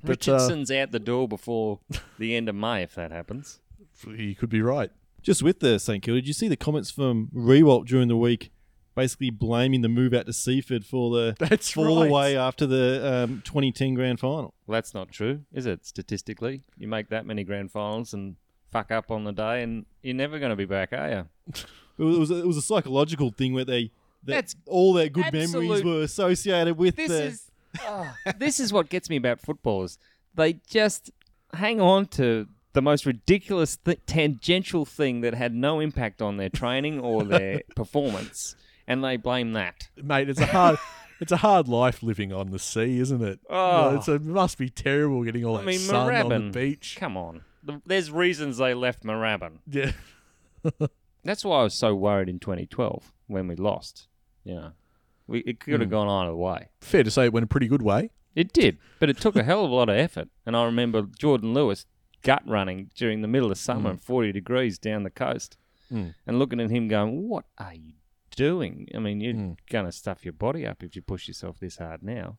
But uh, Richardson's out the door before the end of May. If that happens. you could be right. Just with the St Kilda, did you see the comments from Rewalt during the week, basically blaming the move out to Seaford for the That's fall right. away after the um, 2010 Grand Final? Well, that's not true, is it? Statistically, you make that many grand finals and fuck up on the day, and you're never going to be back, are you? It was, it was a, it was a psychological thing where they that That's all their good absolute- memories were associated with This the, is oh, this is what gets me about footballers. They just hang on to the most ridiculous th- tangential thing that had no impact on their training or their performance, and they blame that. Mate, it's a hard it's a hard life living on the sea, isn't it? Oh. No, it's, it must be terrible getting all I that mean, sun on Moorabbin. the beach. Come on, Th- there's reasons they left Moorabbin. Yeah. That's why I was so worried in 2012 when we lost. You know, we it could have gone either way. Fair to say it went a pretty good way. It did, but it took a hell of a lot of effort. And I remember Jordan Lewis gut running during the middle of summer, 40 degrees down the coast, and looking at him going, What are you doing? I mean, you're going to stuff your body up if you push yourself this hard now.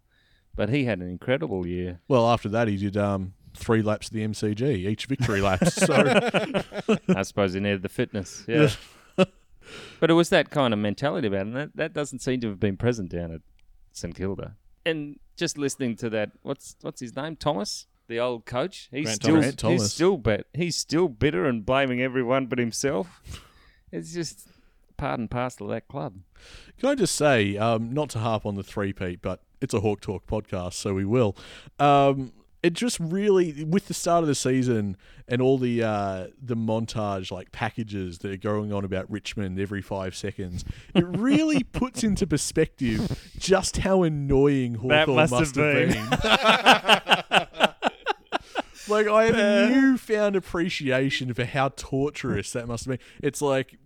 But he had an incredible year. Well, after that he did um, three laps of the MCG, each victory lap. So I suppose he needed the fitness. Yeah. but it was that kind of mentality about it, and that, that doesn't seem to have been present down at St Kilda. And just listening to that, what's what's his name? Thomas? the old coach. He's Grant still Thomas. Grant Thomas. he's still bet he's still bitter and blaming everyone but himself. It's just part and parcel of that club. Can I just say, um, not to harp on the three-peat, but it's a Hawk Talk podcast, so we will. Um, it just really, with the start of the season and all the uh, the montage like packages that are going on about Richmond every five seconds, it really puts into perspective just how annoying Hawthorn That must, must have have been. Like I have a newfound appreciation for how torturous that must have been. It's like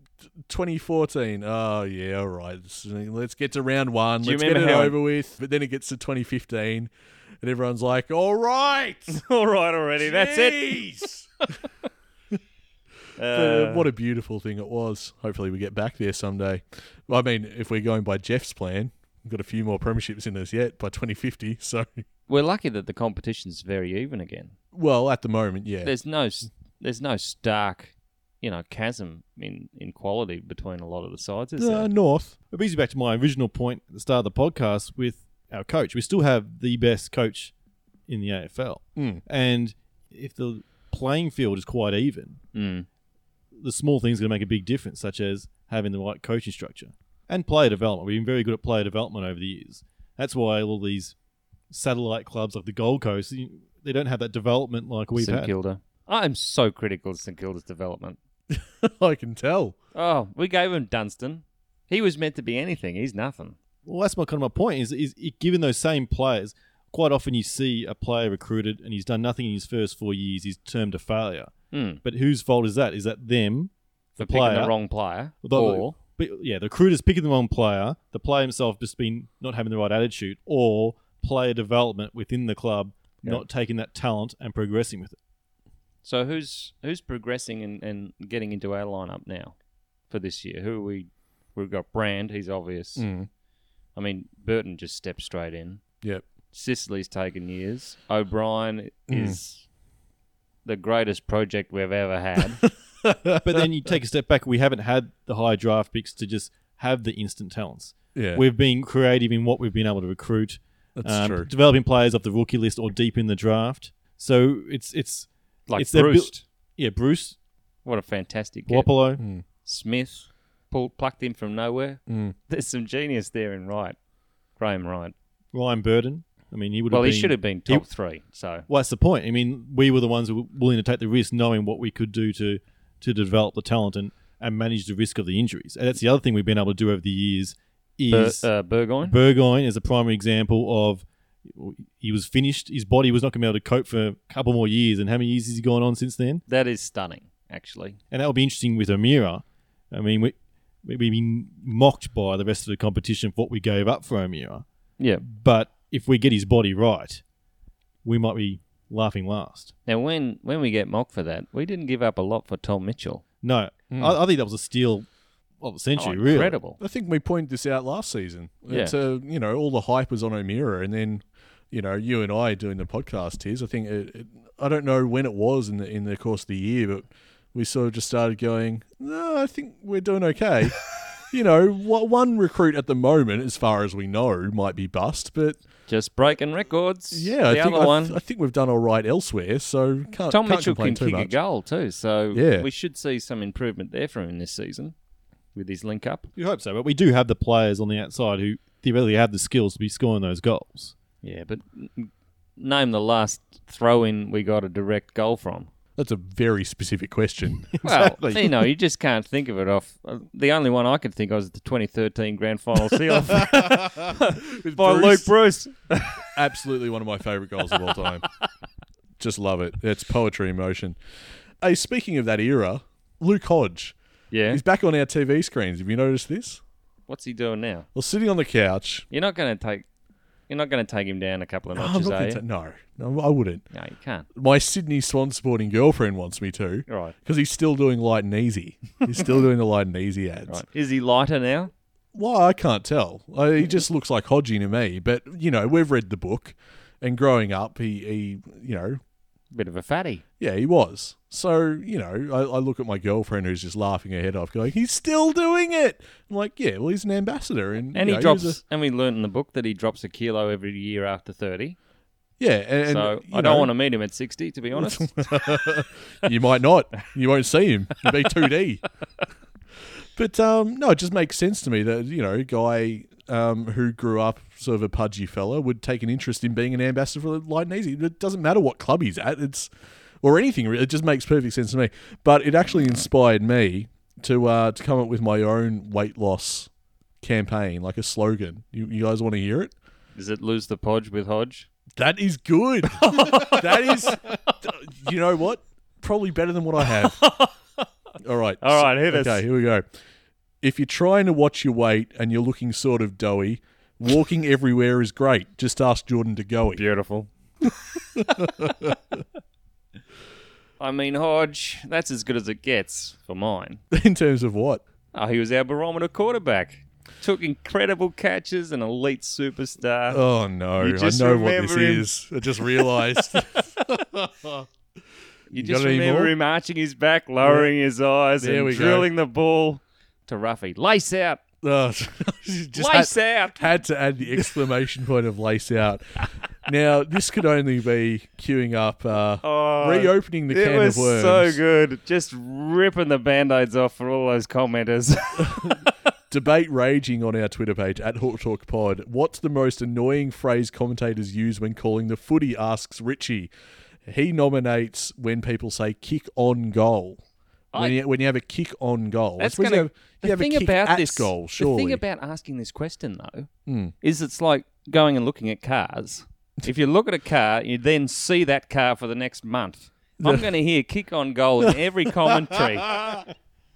2014. Oh yeah, all right. This- Let's get to round one. Do you Let's get it remember how- over with. But then it gets to 2015, and everyone's like, "All right, All right, already. That's it. jeez." Uh, Uh, what a beautiful thing it was. Hopefully, we get back there someday. I mean, if we're going by Jeff's plan, we've got a few more premierships in us yet by 2050. So, We're lucky that the competition's very even again. well, at the moment, yeah. There's no s- there's no stark, you know, chasm in in quality between a lot of the sides. Is Uh, there? north. It brings you back to my original point at the start of the podcast with our coach. We still have the best coach in the AFL. Hmm. Mm. And if the playing field is quite even, Mm. the small things are going to make a big difference, such as having the right coaching structure and player development. We've been very good at player development over the years. That's why all these satellite clubs like the Gold Coast, you- they don't have that development like we've St had. Kilda. I am so critical of St Kilda's development. I can tell. Oh, we gave him Dunstan. He was meant to be anything. He's nothing. Well, that's my kind of my point is, is it, given those same players, quite often you see a player recruited and he's done nothing in his first four years. He's termed a failure. Mm. But whose fault is that? Is that them? For The picking player. the wrong player. The- or But yeah, the recruiter's picking the wrong player. The player himself just been not having the right attitude, or player development within the club not taking that talent and progressing with it. so who's who's progressing and, and getting into our lineup now for this year? Who are we we've got Brand, he's obvious. Hmm. Mm. I mean, Burton just stepped straight in. Yep. Sicily's taken years. O'Brien Hmm. is the greatest project we've ever had. But then you take a step back. We haven't had the high draft picks to just have the instant talents. Yeah. We've been creative in what we've been able to recruit. um, That's true. Developing players off the rookie list or deep in the draft. So it's it's like It's their Bruce. yeah, Bruce what a fantastic get. Wapolo. Smith pulled, plucked him from nowhere. Mm. There's some genius there in Wright, Graham Wright. Ryan Burden. I mean, he would. Well, have he been- should have been top three. So Well, that's the point. I mean, we were the ones who were willing to take the risk, knowing what we could do to to develop the talent and, and manage the risk of the injuries. And that's the other thing we've been able to do over the years Bur- is uh, Burgoyne, Burgoyne is a primary example of he was finished. His body was not going to be able to cope for a couple more years. And how many years has he gone on since then? that is stunning. Actually, And that will be interesting with Amira. I mean, we we've been mocked by the rest of the competition for what we gave up for Amira. yeah. But if we get his body right, we might be laughing last. Now, when when we get mocked for that, we didn't give up a lot for Tom Mitchell. No, I, I think that was a steal of the Hmm. Oh, century. really, incredible. I think we pointed this out last season. Yeah. It's a, you know, all the hype was on O'Meara, and then, you know, you and I doing the podcast is. I think it, it, I don't know when it was in the in the course of the year, but we sort of just started going. No, I think we're doing okay. you know, wha- one recruit at the moment, as far as we know, might be bust, but Just breaking records. yeah, the I think other I, one. I think we've done all right elsewhere. So can't Tom can't Mitchell complain can too kick a much. goal too, so Yeah. we should see some improvement there from him this season with his link up. You hope so, but we do have the players on the outside who theoretically have the skills to be scoring those goals. Yeah, but n- name the last throw in we got a direct goal from. That's a very specific question. Well, you know, you just can't think of it off. uh, The only one I could think of was the 2013 Grand Final seal by With Luke Bruce. absolutely one of my favorite goals of all time. Just love it. It's poetry in motion. Hey, speaking of that era, Luke Hodge. Yeah. He's back on our TV screens. Have you noticed this? What's he doing now? Well, sitting on the couch. You're not going to take. You're not going to take him down a couple of I'm notches, not are gonna you? ta- no, no, I wouldn't. no, you can't. My Sydney Swan supporting girlfriend wants me to. Right. Because he's still doing light and easy. He's still doing the light and easy ads. Right. Is he lighter now? Well, I can't tell. I, he just looks like Hodgie to me. But, you know, we've read the book. And growing up, he, he you know, Bit of a fatty. Yeah, he was. So, you know, I, I look at my girlfriend who's just laughing her head off, going, he's still doing it. I'm like, yeah, well, he's an ambassador. And, And you he know, was drops. and we learned in the book that he drops a kilo every year after 30. Yeah, and, so I don't want to meet him at 60, to be honest. to. You might not. You won't see him. You'll be two D. But um, no, it just makes sense to me that you know, a guy um, who grew up sort of a pudgy fella would take an interest in being an ambassador for light and easy. It doesn't matter what club he's at. It's or anything. really. It just makes perfect sense to me. But it actually inspired me to uh, to come up with my own weight loss campaign, like a slogan. You, you guys want to hear it? Is it lose the podge with Hodge? That is good. that is, you know what? Probably better than what I have. All right. All right, hit us. Okay, here we go. If you're trying to watch your weight and you're looking sort of doughy, walking everywhere is great. Just ask Jordan to go. Beautiful. I mean, Hodge, that's as good as it gets for mine. In terms of what? Oh, he was our barometer quarterback. Took incredible catches, an elite superstar. Oh no, You just I know what this remember him. is. I just realised. you just got any remember more? him arching his back, lowering his eyes, There and we go. drilling the ball to Ruffy. Lace out! Oh, just had- Lace out! had to add the exclamation point of lace out. Now, this could only be queuing up, uh, Oh, reopening the It can was of worms. so good. Just ripping the band-aids off for all those commenters. Debate raging on our Twitter page at Hawk Talk Pod. What's the most annoying phrase commentators use when calling the footy? Asks Richie. He nominates when people say kick on goal. I- When you, when you have a kick on goal, I That's suppose gonna. you have, you the have thing a kick about at this goal. Surely, Hmm. the thing about asking this question though is it's like going and looking at cars. if you look at a car, you then see that car for the next month. I'm going to hear kick on goal in every commentary.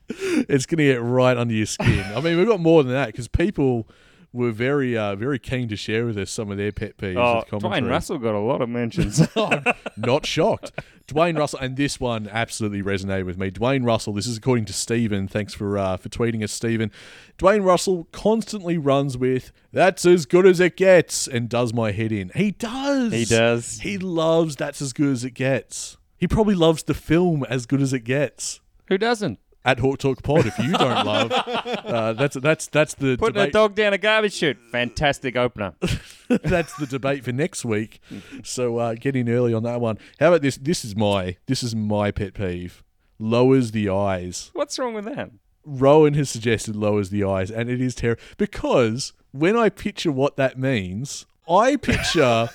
it's going to get right under your skin. I mean, we've got more than that because people were very, uh, very keen to share with us some of their pet peeves. oh, with commentary. Dwayne Russell got a lot of mentions. Not shocked. Dwayne Russell, and this one absolutely resonated with me. Dwayne Russell, this is according to Stephen. Thanks for uh, for tweeting us, Stephen. Dwayne Russell constantly runs with "That's as good as it gets" and does my head in. He does. He does. He loves "That's as good as it gets." He probably loves the film "As Good as It Gets." Who doesn't? At Hawk Talk Pod, if you don't love, uh, that's that's that's the Putting a debate. dog down a garbage chute. Fantastic opener. that's the debate for next week. So uh, get in early on that one. How about this? This is my this is my pet peeve. Lowers the eyes. What's wrong with that? Rowan has suggested lowers the eyes, and it is terrible because when I picture what that means, I picture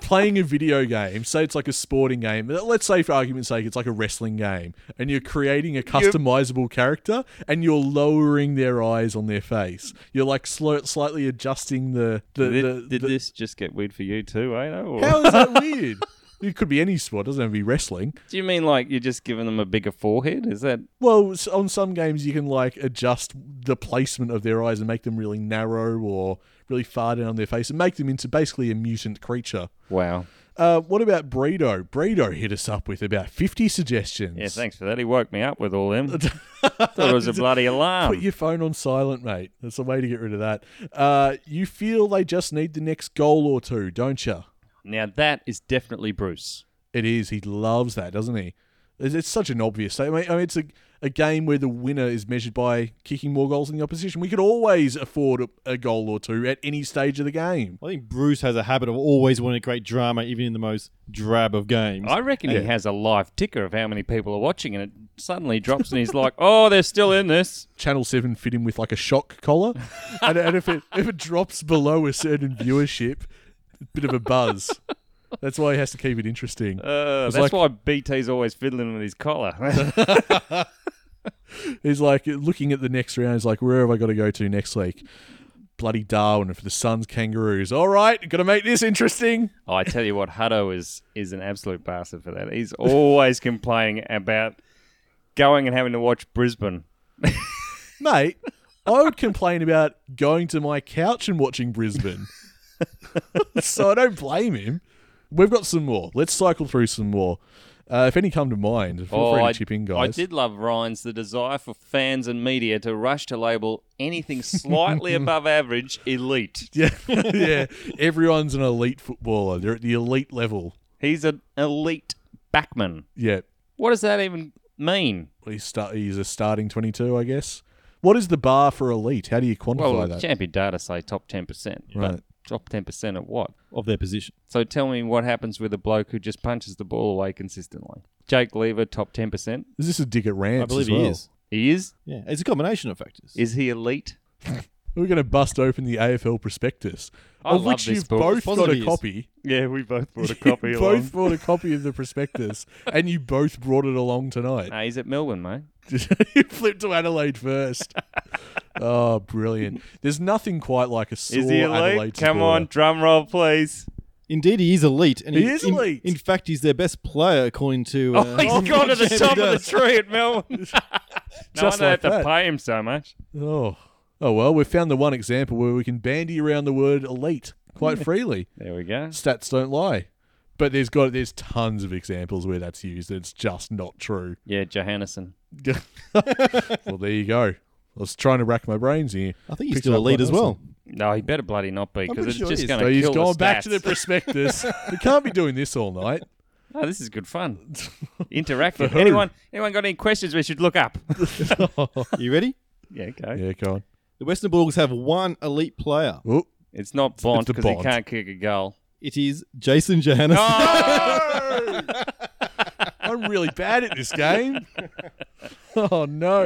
playing a video game. Say it's like a sporting game. Let's say, for argument's sake, it's like a wrestling game, and you're creating a customizable character, and you're lowering their eyes on their face. You're like slow, slightly adjusting the the, Did, the, did the this just get weird for you too, eh? though, or- how is that weird? It could be any sport. It doesn't have to be wrestling. Do you mean like you're just giving them a bigger forehead? Is that Well, s- on some games you can like adjust the placement of their eyes and make them really narrow or really far down on their face and make them into basically a mutant creature. wow? Uh, what about Bredo? Bredo hit us up with about fifty suggestions. Yeah, thanks for that. He woke me up with all them. Thought it was a bloody Put alarm. your phone on silent, mate. That's a way to get rid of that. Uh, you feel they just need the next goal or two, don't you? now that is definitely Bruce. It is. He loves that, doesn't he? It's, it's such an obvious statement. I mean, it's a, a game where the winner is measured by kicking more goals than the opposition. We could always afford a, a goal or two at any stage of the game. I think Bruce has a habit of always wanting to create drama, even in the most drab of games. I reckon he has a live ticker of how many people are watching, and it suddenly drops, and he's like, "Oh, they're still in this." Channel 7 fit him with like a shock collar. and and if, it, if it drops below a certain viewership, a bit of a buzz. That's why he has to keep it interesting. Uh, It's like- that's why BT's always fiddling with his collar. He's like looking at the next round. He's like, where have I got to go to next week? Bloody Darwin for the Suns Kangaroos. All right, got to make this interesting. Oh, I tell you what, Hutto is is an absolute bastard for that. He's always complaining about going and having to watch Brisbane. mate. I would complain about going to my couch and watching Brisbane. so I don't blame him. We've got some more. Let's cycle through some more. Uh, if any come to mind, feel free to Oh, I, chip in, guys. I did love Ryan's the desire for fans and media to rush to label anything slightly above average elite. Yeah, yeah. Everyone's an elite footballer. They're at the elite level. He's an elite backman. Yeah. What does that even mean? He's, start, he's a starting 22, I guess. What is the bar for elite? How do you quantify Well, that? champion data say top ten percent, Right. top ten percent at what? of their position. So tell me what happens with a bloke who just punches the ball away consistently. Jake Lever, top ten percent. Is this a dig at Rance? I believe as well? he is. He is. Yeah, it's a combination of factors. Is he elite? We're going to bust open the AFL prospectus, I of love which this you've book. both got Positive a is. copy. Yeah, we both brought a copy you along. both brought a copy of the prospectus, and you both brought it along tonight. Nah, he's at Melbourne, mate. you flipped to Adelaide first. oh, brilliant! There's nothing quite like a sore Is he elite? Adelaide Come supporter. on, drum roll, please. Indeed, he is elite. And He is in- elite. In, fact, he's their best player, according to. Oh, Uh, he's gone to the Jamie top of Does. the tree at Melbourne. no Just wonder like they have that. to pay him so much. Oh, oh well, we've found the one example where we can bandy around the word elite quite freely. There we go. Stats don't lie, but there's got there's tons of examples where that's used. and It's just not true. Yeah, Johannesson. well, there you go. I was trying to rack my brains here. I think he's Picked still up elite one as well. No, he better bloody not be because pretty it's sure he just is. going So to he's kill gone the back to the stats. prospectus. we can't be doing this all night. Oh, this is good fun. Interactive. who? Anyone, anyone got any questions we should look up? You ready? yeah, okay. Yeah, go on. The Western Bulldogs have one elite player. Oh, It's not Bond It's the because he Bond. can't kick a goal. It is Jason Johannes. I'm really bad at this game. Oh no.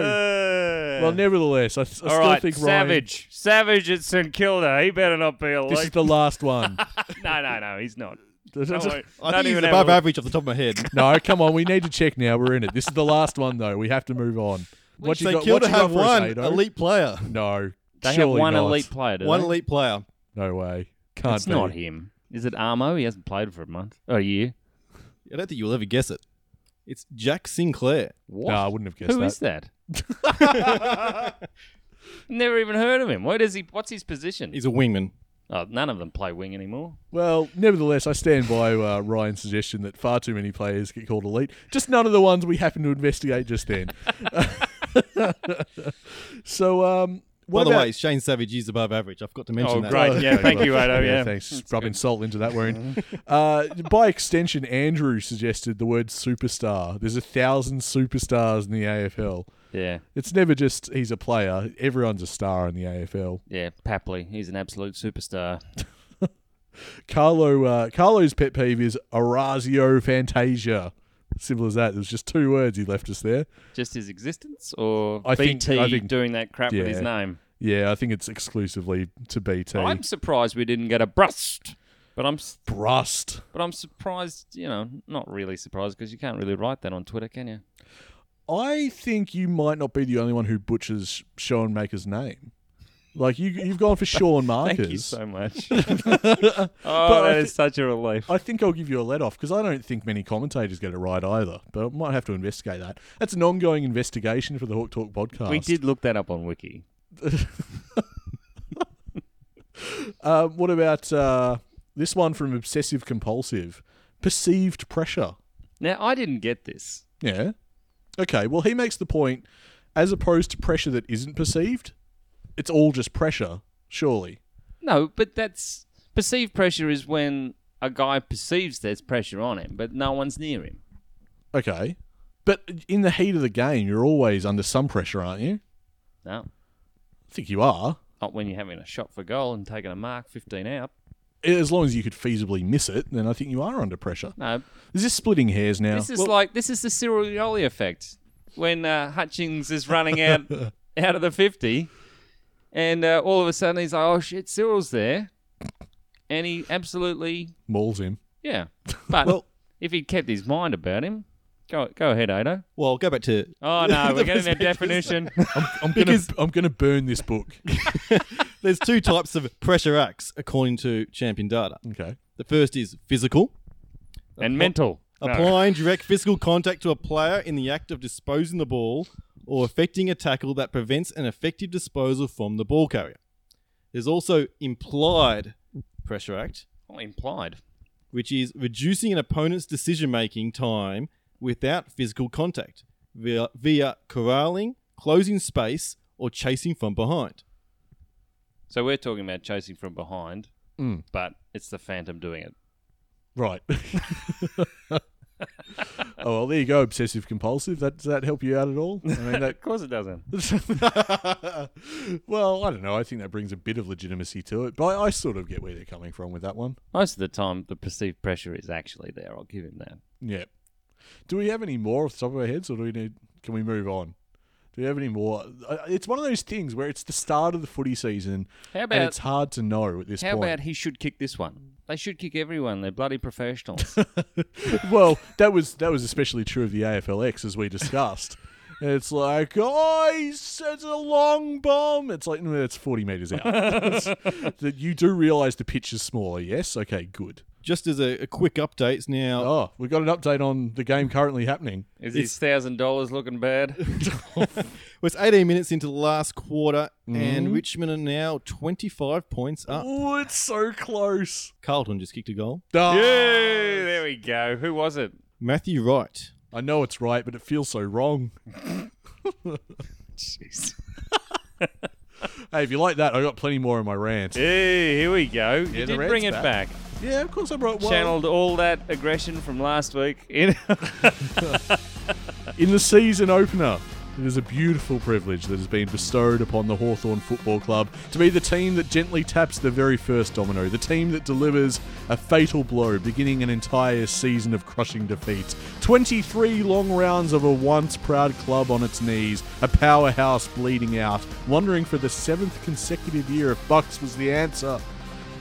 Well, nevertheless, I, I All still right, think Ryan- Uh, Savage. Savage at St Kilda. He better not be elite. This is the last one. no, no, no, he's not. Don't worry. no, I Don't think he's even above have a- average off the top of my head. come on. We need to check now. We're in it. This is the last one, though. We have to move on. What They you got? killed What to you got have for us, one Ado? elite player. No, They have surely one not. elite player. do One they? elite player. No way. Can't It's be. not him. Is it Armo? He hasn't played for a month. Oh, a year. I don't think you'll ever guess it. It's Jack Sinclair. What? Nah, I wouldn't have guessed Who that. is that? Never even heard of him. Where does he? What's his position? He's a wingman. oh, none of them play wing anymore. Well, nevertheless, I stand by uh, Ryan's suggestion that far too many players get called elite. Just none of the ones we happened to investigate just then. so, um, By what the about- way, Shane Savage is above average. I forgot to mention Oh, that. great. Yeah, thank you, Ado. Yeah, Yeah. thanks. Just rubbing salt into that wound. uh, by extension, Andrew suggested the word superstar. There's a thousand superstars in the AFL. Yeah, It's never just he's a player. Everyone's a star in the AFL. yeah. Papley. He's an absolute superstar. Carlo uh, Carlo's pet peeve is Orazio Fantasia. Simple as that. There's just two words he left us there. Just his existence, or I think- BT I think- doing that crap with his yeah. name. Yeah, I think it's exclusively to BT. I'm surprised we didn't get a brust. But I'm, s- Brust. but I'm surprised. You know, not really surprised because you can't really write that on Twitter, can you? I think you might not be the only one who butchers Sean Maker's name. Like you, you've gone for Sean Markers. Thank you so much. But oh, I that thi- is such a relief. I think I'll give you a let off because I don't think many commentators get it right either. But I might have to investigate that. That's an ongoing investigation for the Hawk Talk podcast. We did look that up on Wiki. Uh, what about uh, this one from Obsessive Compulsive? Perceived pressure. Now I didn't get this. Yeah. Okay. Well, he makes the point as opposed to pressure that isn't perceived, it's all just pressure, surely. No, but that's perceived pressure is when a guy perceives there's pressure on him, but no one's near him. Okay. But in the heat of the game, you're always under some pressure, aren't you? No, I think you are. not when you're having a shot for goal and taking a mark 15 out. As long as you could feasibly miss it, then I think you are under pressure. No, Is this splitting hairs now? this is like this is the Sirioli effect when uh, Hutchings is running out out of the 50, and uh, all of a sudden he's like, "Oh shit, Cyril's there," and he absolutely Mauls him. yeah. But Well- if he'd kept his mind about him, go go ahead, Ado. Well, go back to Oh no, we're getting a definition. I'm gonna, I'm gonna burn this book. There's two types of pressure acts according to Champion Data. Okay. The first is physical, and mental. applying direct physical contact to a player in the act of disposing the ball or effecting a tackle that prevents an effective disposal from the ball carrier. There's also implied pressure act, Well, implied. which is reducing an opponent's decision making time without physical contact via, via corralling, closing space, or chasing from behind. So we're talking about chasing from behind, Mm. but it's the Phantom doing it. Right. Oh well, there you go. Obsessive compulsive. That does that help you out at all? I mean, that Of course it doesn't. well, I don't know. I think that brings a bit of legitimacy to it, but I, I sort of get where they're coming from with that one. Most of the time, the perceived pressure is actually there. I'll give him that. Yeah. Do we have any more off the top of our heads, or do we need? Can we move on? Do we have any more? Uh, It's one of those things where it's the start of the footy season, How and about it's hard to know at this how point. about he should kick this one? They should kick everyone. They're bloody professionals. well, that was that was especially true of the AFLX as we discussed. It's like, oh, he's, it's a long bomb. It's like, no, that's 40 metres out. that you do realise the pitch is smaller, yes? Okay, good. Just as a, a quick update, it's now Oh, we've got an update on the game currently happening. Is his thousand dollars looking bad? well, it's 18 minutes into the last quarter, and Richmond are now 25 points up. Oh, it's so close. Carlton just kicked a goal. Ah, Yay! There we go. Who was it? Matthew Wright. I know it's right, but it feels so wrong. Jeez. Hey, if you like that, I got plenty more in my rant. Yeah, Hey, here we go. You the did Reds bring it back. back. of course I brought one. Channeled all that aggression from last week. In In the season opener, it is a beautiful privilege that has been bestowed upon the Hawthorn Football Club to be the team that gently taps the very first domino, the team that delivers a fatal blow, beginning an entire season of crushing defeat. 23 long rounds of a once proud club on its knees, a powerhouse bleeding out, wondering for the seventh consecutive year if Bucks was the answer.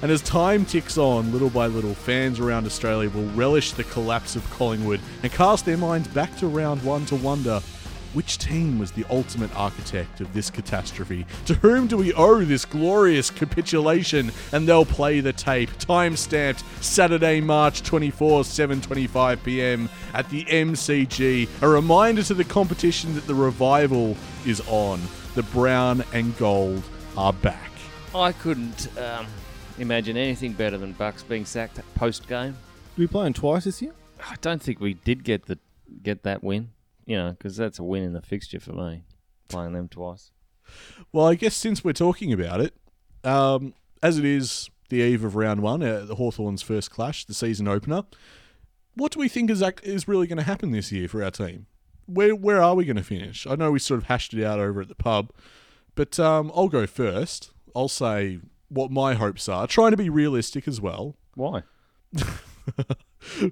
And as time ticks on, little by little, fans around Australia will relish the collapse of Collingwood and cast their minds back to round one to wonder which team was the ultimate architect of this catastrophe? To whom do we owe this glorious capitulation? And they'll play the tape, time stamped Saturday, March 24, 7:25 p.m. at the MCG. A reminder to the competition that the revival is on. The brown and gold are back. I couldn't um, imagine anything better than Bucks being sacked post game. Do we play him twice this year? I don't think we did get the get that win. You know, because that's a win in the fixture for me. Playing them twice. Well, I guess since we're talking about it, um, as it is the eve of round one, uh, the Hawthorns' first clash, the season opener, what do we think is act- is really going to happen this year for our team? Where where are we going to finish? I know we sort of hashed it out over at the pub, but um, I'll go first. I'll say what my hopes are, trying to be realistic as well, Why?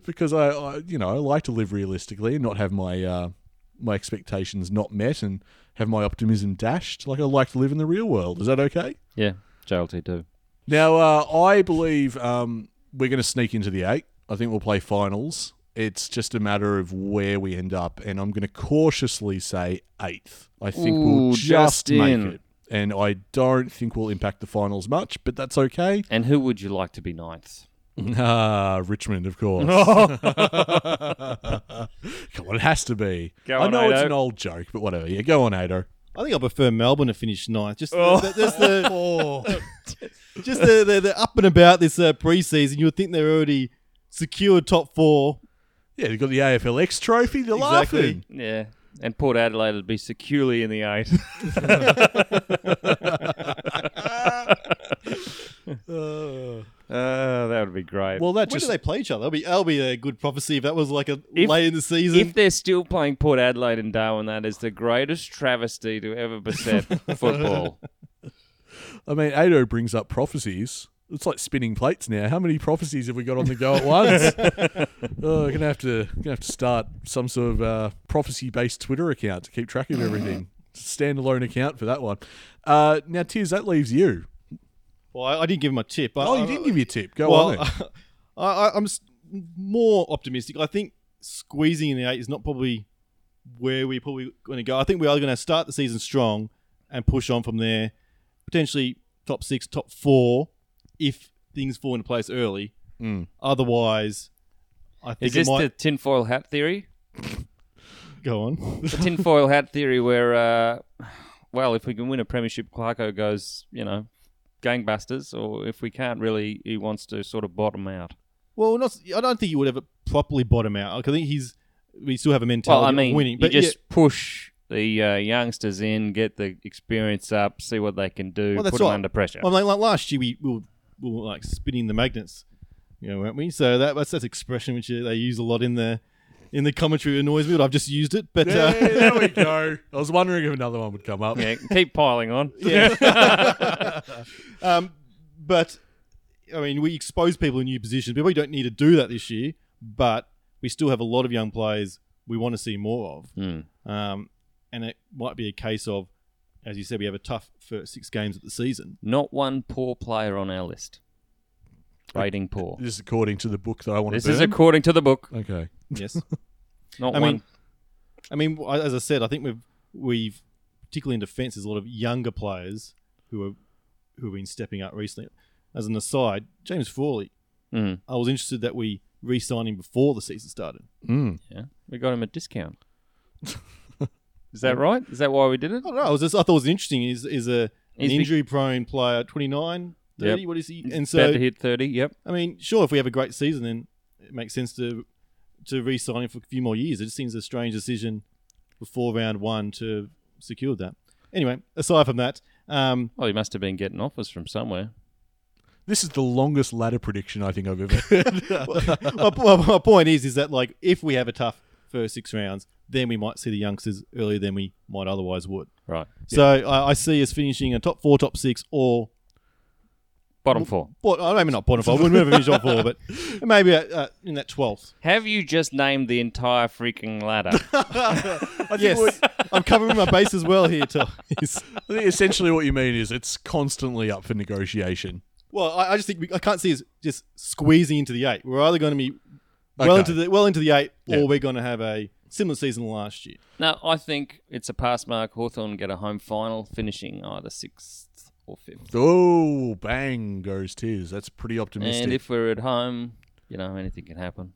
because I, I you know I like to live realistically and not have my uh, my expectations not met and have my optimism dashed. Like I like to live in the real world. Is that okay? Yeah, JLT too. Now, uh, I believe um, we're going to sneak into the eight. I think we'll play finals. It's just a matter of where we end up, and I'm going to cautiously say eighth. I think we'll Ooh, just make Justin. it, and I don't think we'll impact the finals much, but that's okay. And who would you like to be ninth? Ah, Richmond, of course. Come on, it has to be. Go I on, know it's Ado. an old joke, but whatever. Yeah, go on, Ado. I think I prefer Melbourne to finish ninth. Just, the, just the, just the, the, the up and about this uh, preseason. You would think they're already secured top four. Yeah, they've got the AFLX trophy. They're Exactly. laughing. Yeah. And Port Adelaide would be securely in the eight. Oh, that would be great. Well, that When just do they play each other? That'll be, that'll be a good prophecy if that was like a If- late in the season. if they're still playing Port Adelaide and Darwin, that is the greatest travesty to ever beset football. I mean, Ado brings up prophecies. It's like spinning plates now. How many prophecies have we got on the go at once? oh, we're gonna have to gonna have to start some sort of uh, prophecy based Twitter account to keep track of everything. Standalone account for that one. Uh, now, Tiz, that leaves you. well, I, I didn't give him a tip. I- Oh, I- you didn't give your tip. Go on. Uh, Well, uh, Then. I, I, I'm s- more optimistic. I think squeezing in the eight is not probably where we're probably going to go. I think we are going to start the season strong and push on from there. Potentially top six, top four, if things fall into place early. Otherwise, I think Is this it might the tinfoil hat theory? go on. The tinfoil hat theory where, uh, well, if we can win a premiership, Clarko goes, you know, gangbusters, or if we can't really, he wants to sort of bottom out. well, not. I don't think he would ever properly bottom out. Like, I think he's. We still have a mentality Well, I of mean, winning, you but just yeah, push the uh, youngsters in, get the experience up, see what they can do, well, put that's them right. under pressure. Well, like, like last year, we, we, were, we were like spinning the magnets, you know, weren't we? So that, that's that expression which uh, they use a lot in the in the commentary annoys me, but I've just used it. But Yeah, uh, there we go. I was wondering if another one would come up. Yeah, keep piling on. Um, but I mean, we expose people in new positions, but we don't need to do that this year. But we still have a lot of young players we want to see more of, um, and it might be a case of, as you said, we have a tough first six games of the season. Not one poor player on our list. Rating poor. This is according to the book that I want This to burn. is according to the book. okay. Yes, Not I one. mean, I mean, w- as I said, I think we've we've particularly in defence, there's a lot of younger players who are who have been stepping up recently. As an aside, James Forley, Mm. I was interested that we re-signed him before the season started. yeah, we got him a discount. is that right? Is that why we did it? I don't know. I was just I thought it was interesting. Is He's is a an big- injury prone player, 29, 30, Yep. What is he? And About so to hit thirty. Yep. I mean, sure, if we have a great season, then it makes sense to to re-sign him for a few more years. It just seems a strange decision before round one to secure that. Anyway, aside from that, um, Well, he must have been getting offers from somewhere. This is the longest ladder prediction I think I've ever heard. my, my, my point is is that like if we have a tough first six rounds, then we might see the youngsters earlier than we might otherwise would. Right. So I, I see us finishing a top four, top six, or Bottom four. Well, I mean, not bottom five. We'll never finish on four, but maybe uh, uh, in that twelfth. Have you just named the entire freaking ladder? Yes, I'm covering my base as well here. Till I think essentially what you mean is it's constantly up for negotiation. well, I, I just think we, I can't see us just squeezing into the eight. We're either going to be well Okay. into the well into the eight, Yeah. or we're going to have a similar season to last year. no, I think it's a pass mark. Hawthorn get a home final, finishing either sixth or fifth. Oh, bang goes tears. That's pretty optimistic. And if we're at home, you know, anything can happen.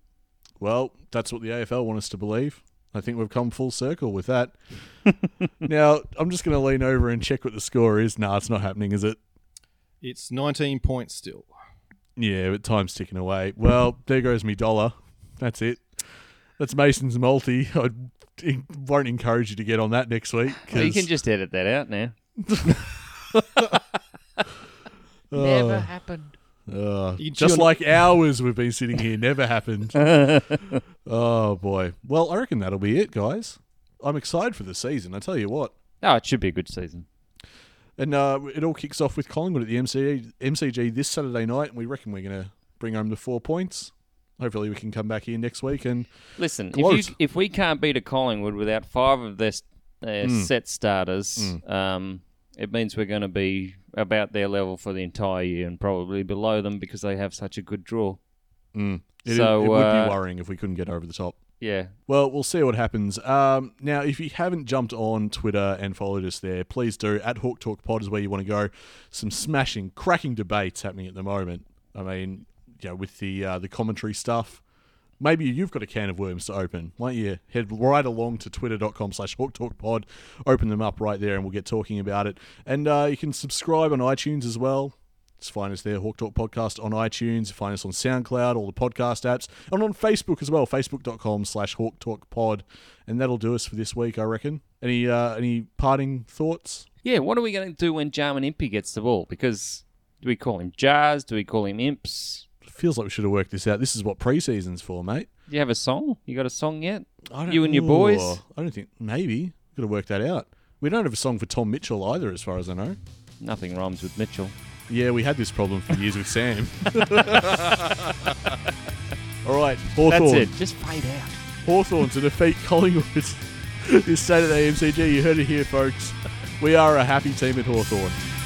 Well, that's what the AFL want us to believe. I think we've come full circle with that. now, I'm just going to lean over and check what the score is. Nah, it's not happening, is it? It's 19 points still. Yeah, but time's ticking away. Well, there goes me dollar. That's it. That's Mason's multi. I won't encourage you to get on that next week. You 'cause- can just edit that out now. Uh, You can just chew on- like hours we've been sitting here, never happened. oh boy. Well, I reckon that'll be it, guys. I'm excited for the season. I tell you what. No, it should be a good season. And uh, it all kicks off with Collingwood at the MCG, MCG this Saturday night, and we reckon we're going to bring home the four points. Hopefully, we can come back here next week. And Listen, if, Close. you, if we can't beat a Collingwood without five of their, their Hmm. set starters, um, it means we're going to be about their level for the entire year and probably below them because they have such a good draw. it, So, it would uh, be worrying if we couldn't get over the top. Yeah, Well, we'll see what happens. Um, now, if you haven't jumped on Twitter and followed us there, please do. At Hawk Talk Pod is where you want to go. Some smashing, cracking debates happening at the moment. I mean, you know, with the uh, the commentary stuff. Maybe you've got a can of worms to open. Why don't you head right along to twitter.com slash Hawk Talk Pod, open them up right there, and we'll get talking about it. And uh, you can subscribe on iTunes as well. Just find us there, Hawk Talk Podcast on iTunes. Find us on SoundCloud, all the podcast apps, and on Facebook as well, facebook.com slash Hawk Talk Pod. And that'll do us for this week, I reckon. Any uh, any parting thoughts? yeah. What are we going to do when Jarman Impey gets the ball? Because do we call him Jars? Do we call him Imps? Feels like we should have worked this out. This is what preseason's for, mate. Do you have a song? You got a song yet? I don't, You and your boys? Ooh, I don't think, maybe. Got to work that out. We don't have a song for Tom Mitchell either, as far as I know. Nothing rhymes with Mitchell. Yeah, we had this problem for years with Sam. all right, Hawthorne. That's it. Just fade out. Hawthorn to defeat Collingwood this Saturday MCG. You heard it here, folks. We are a happy team at Hawthorn.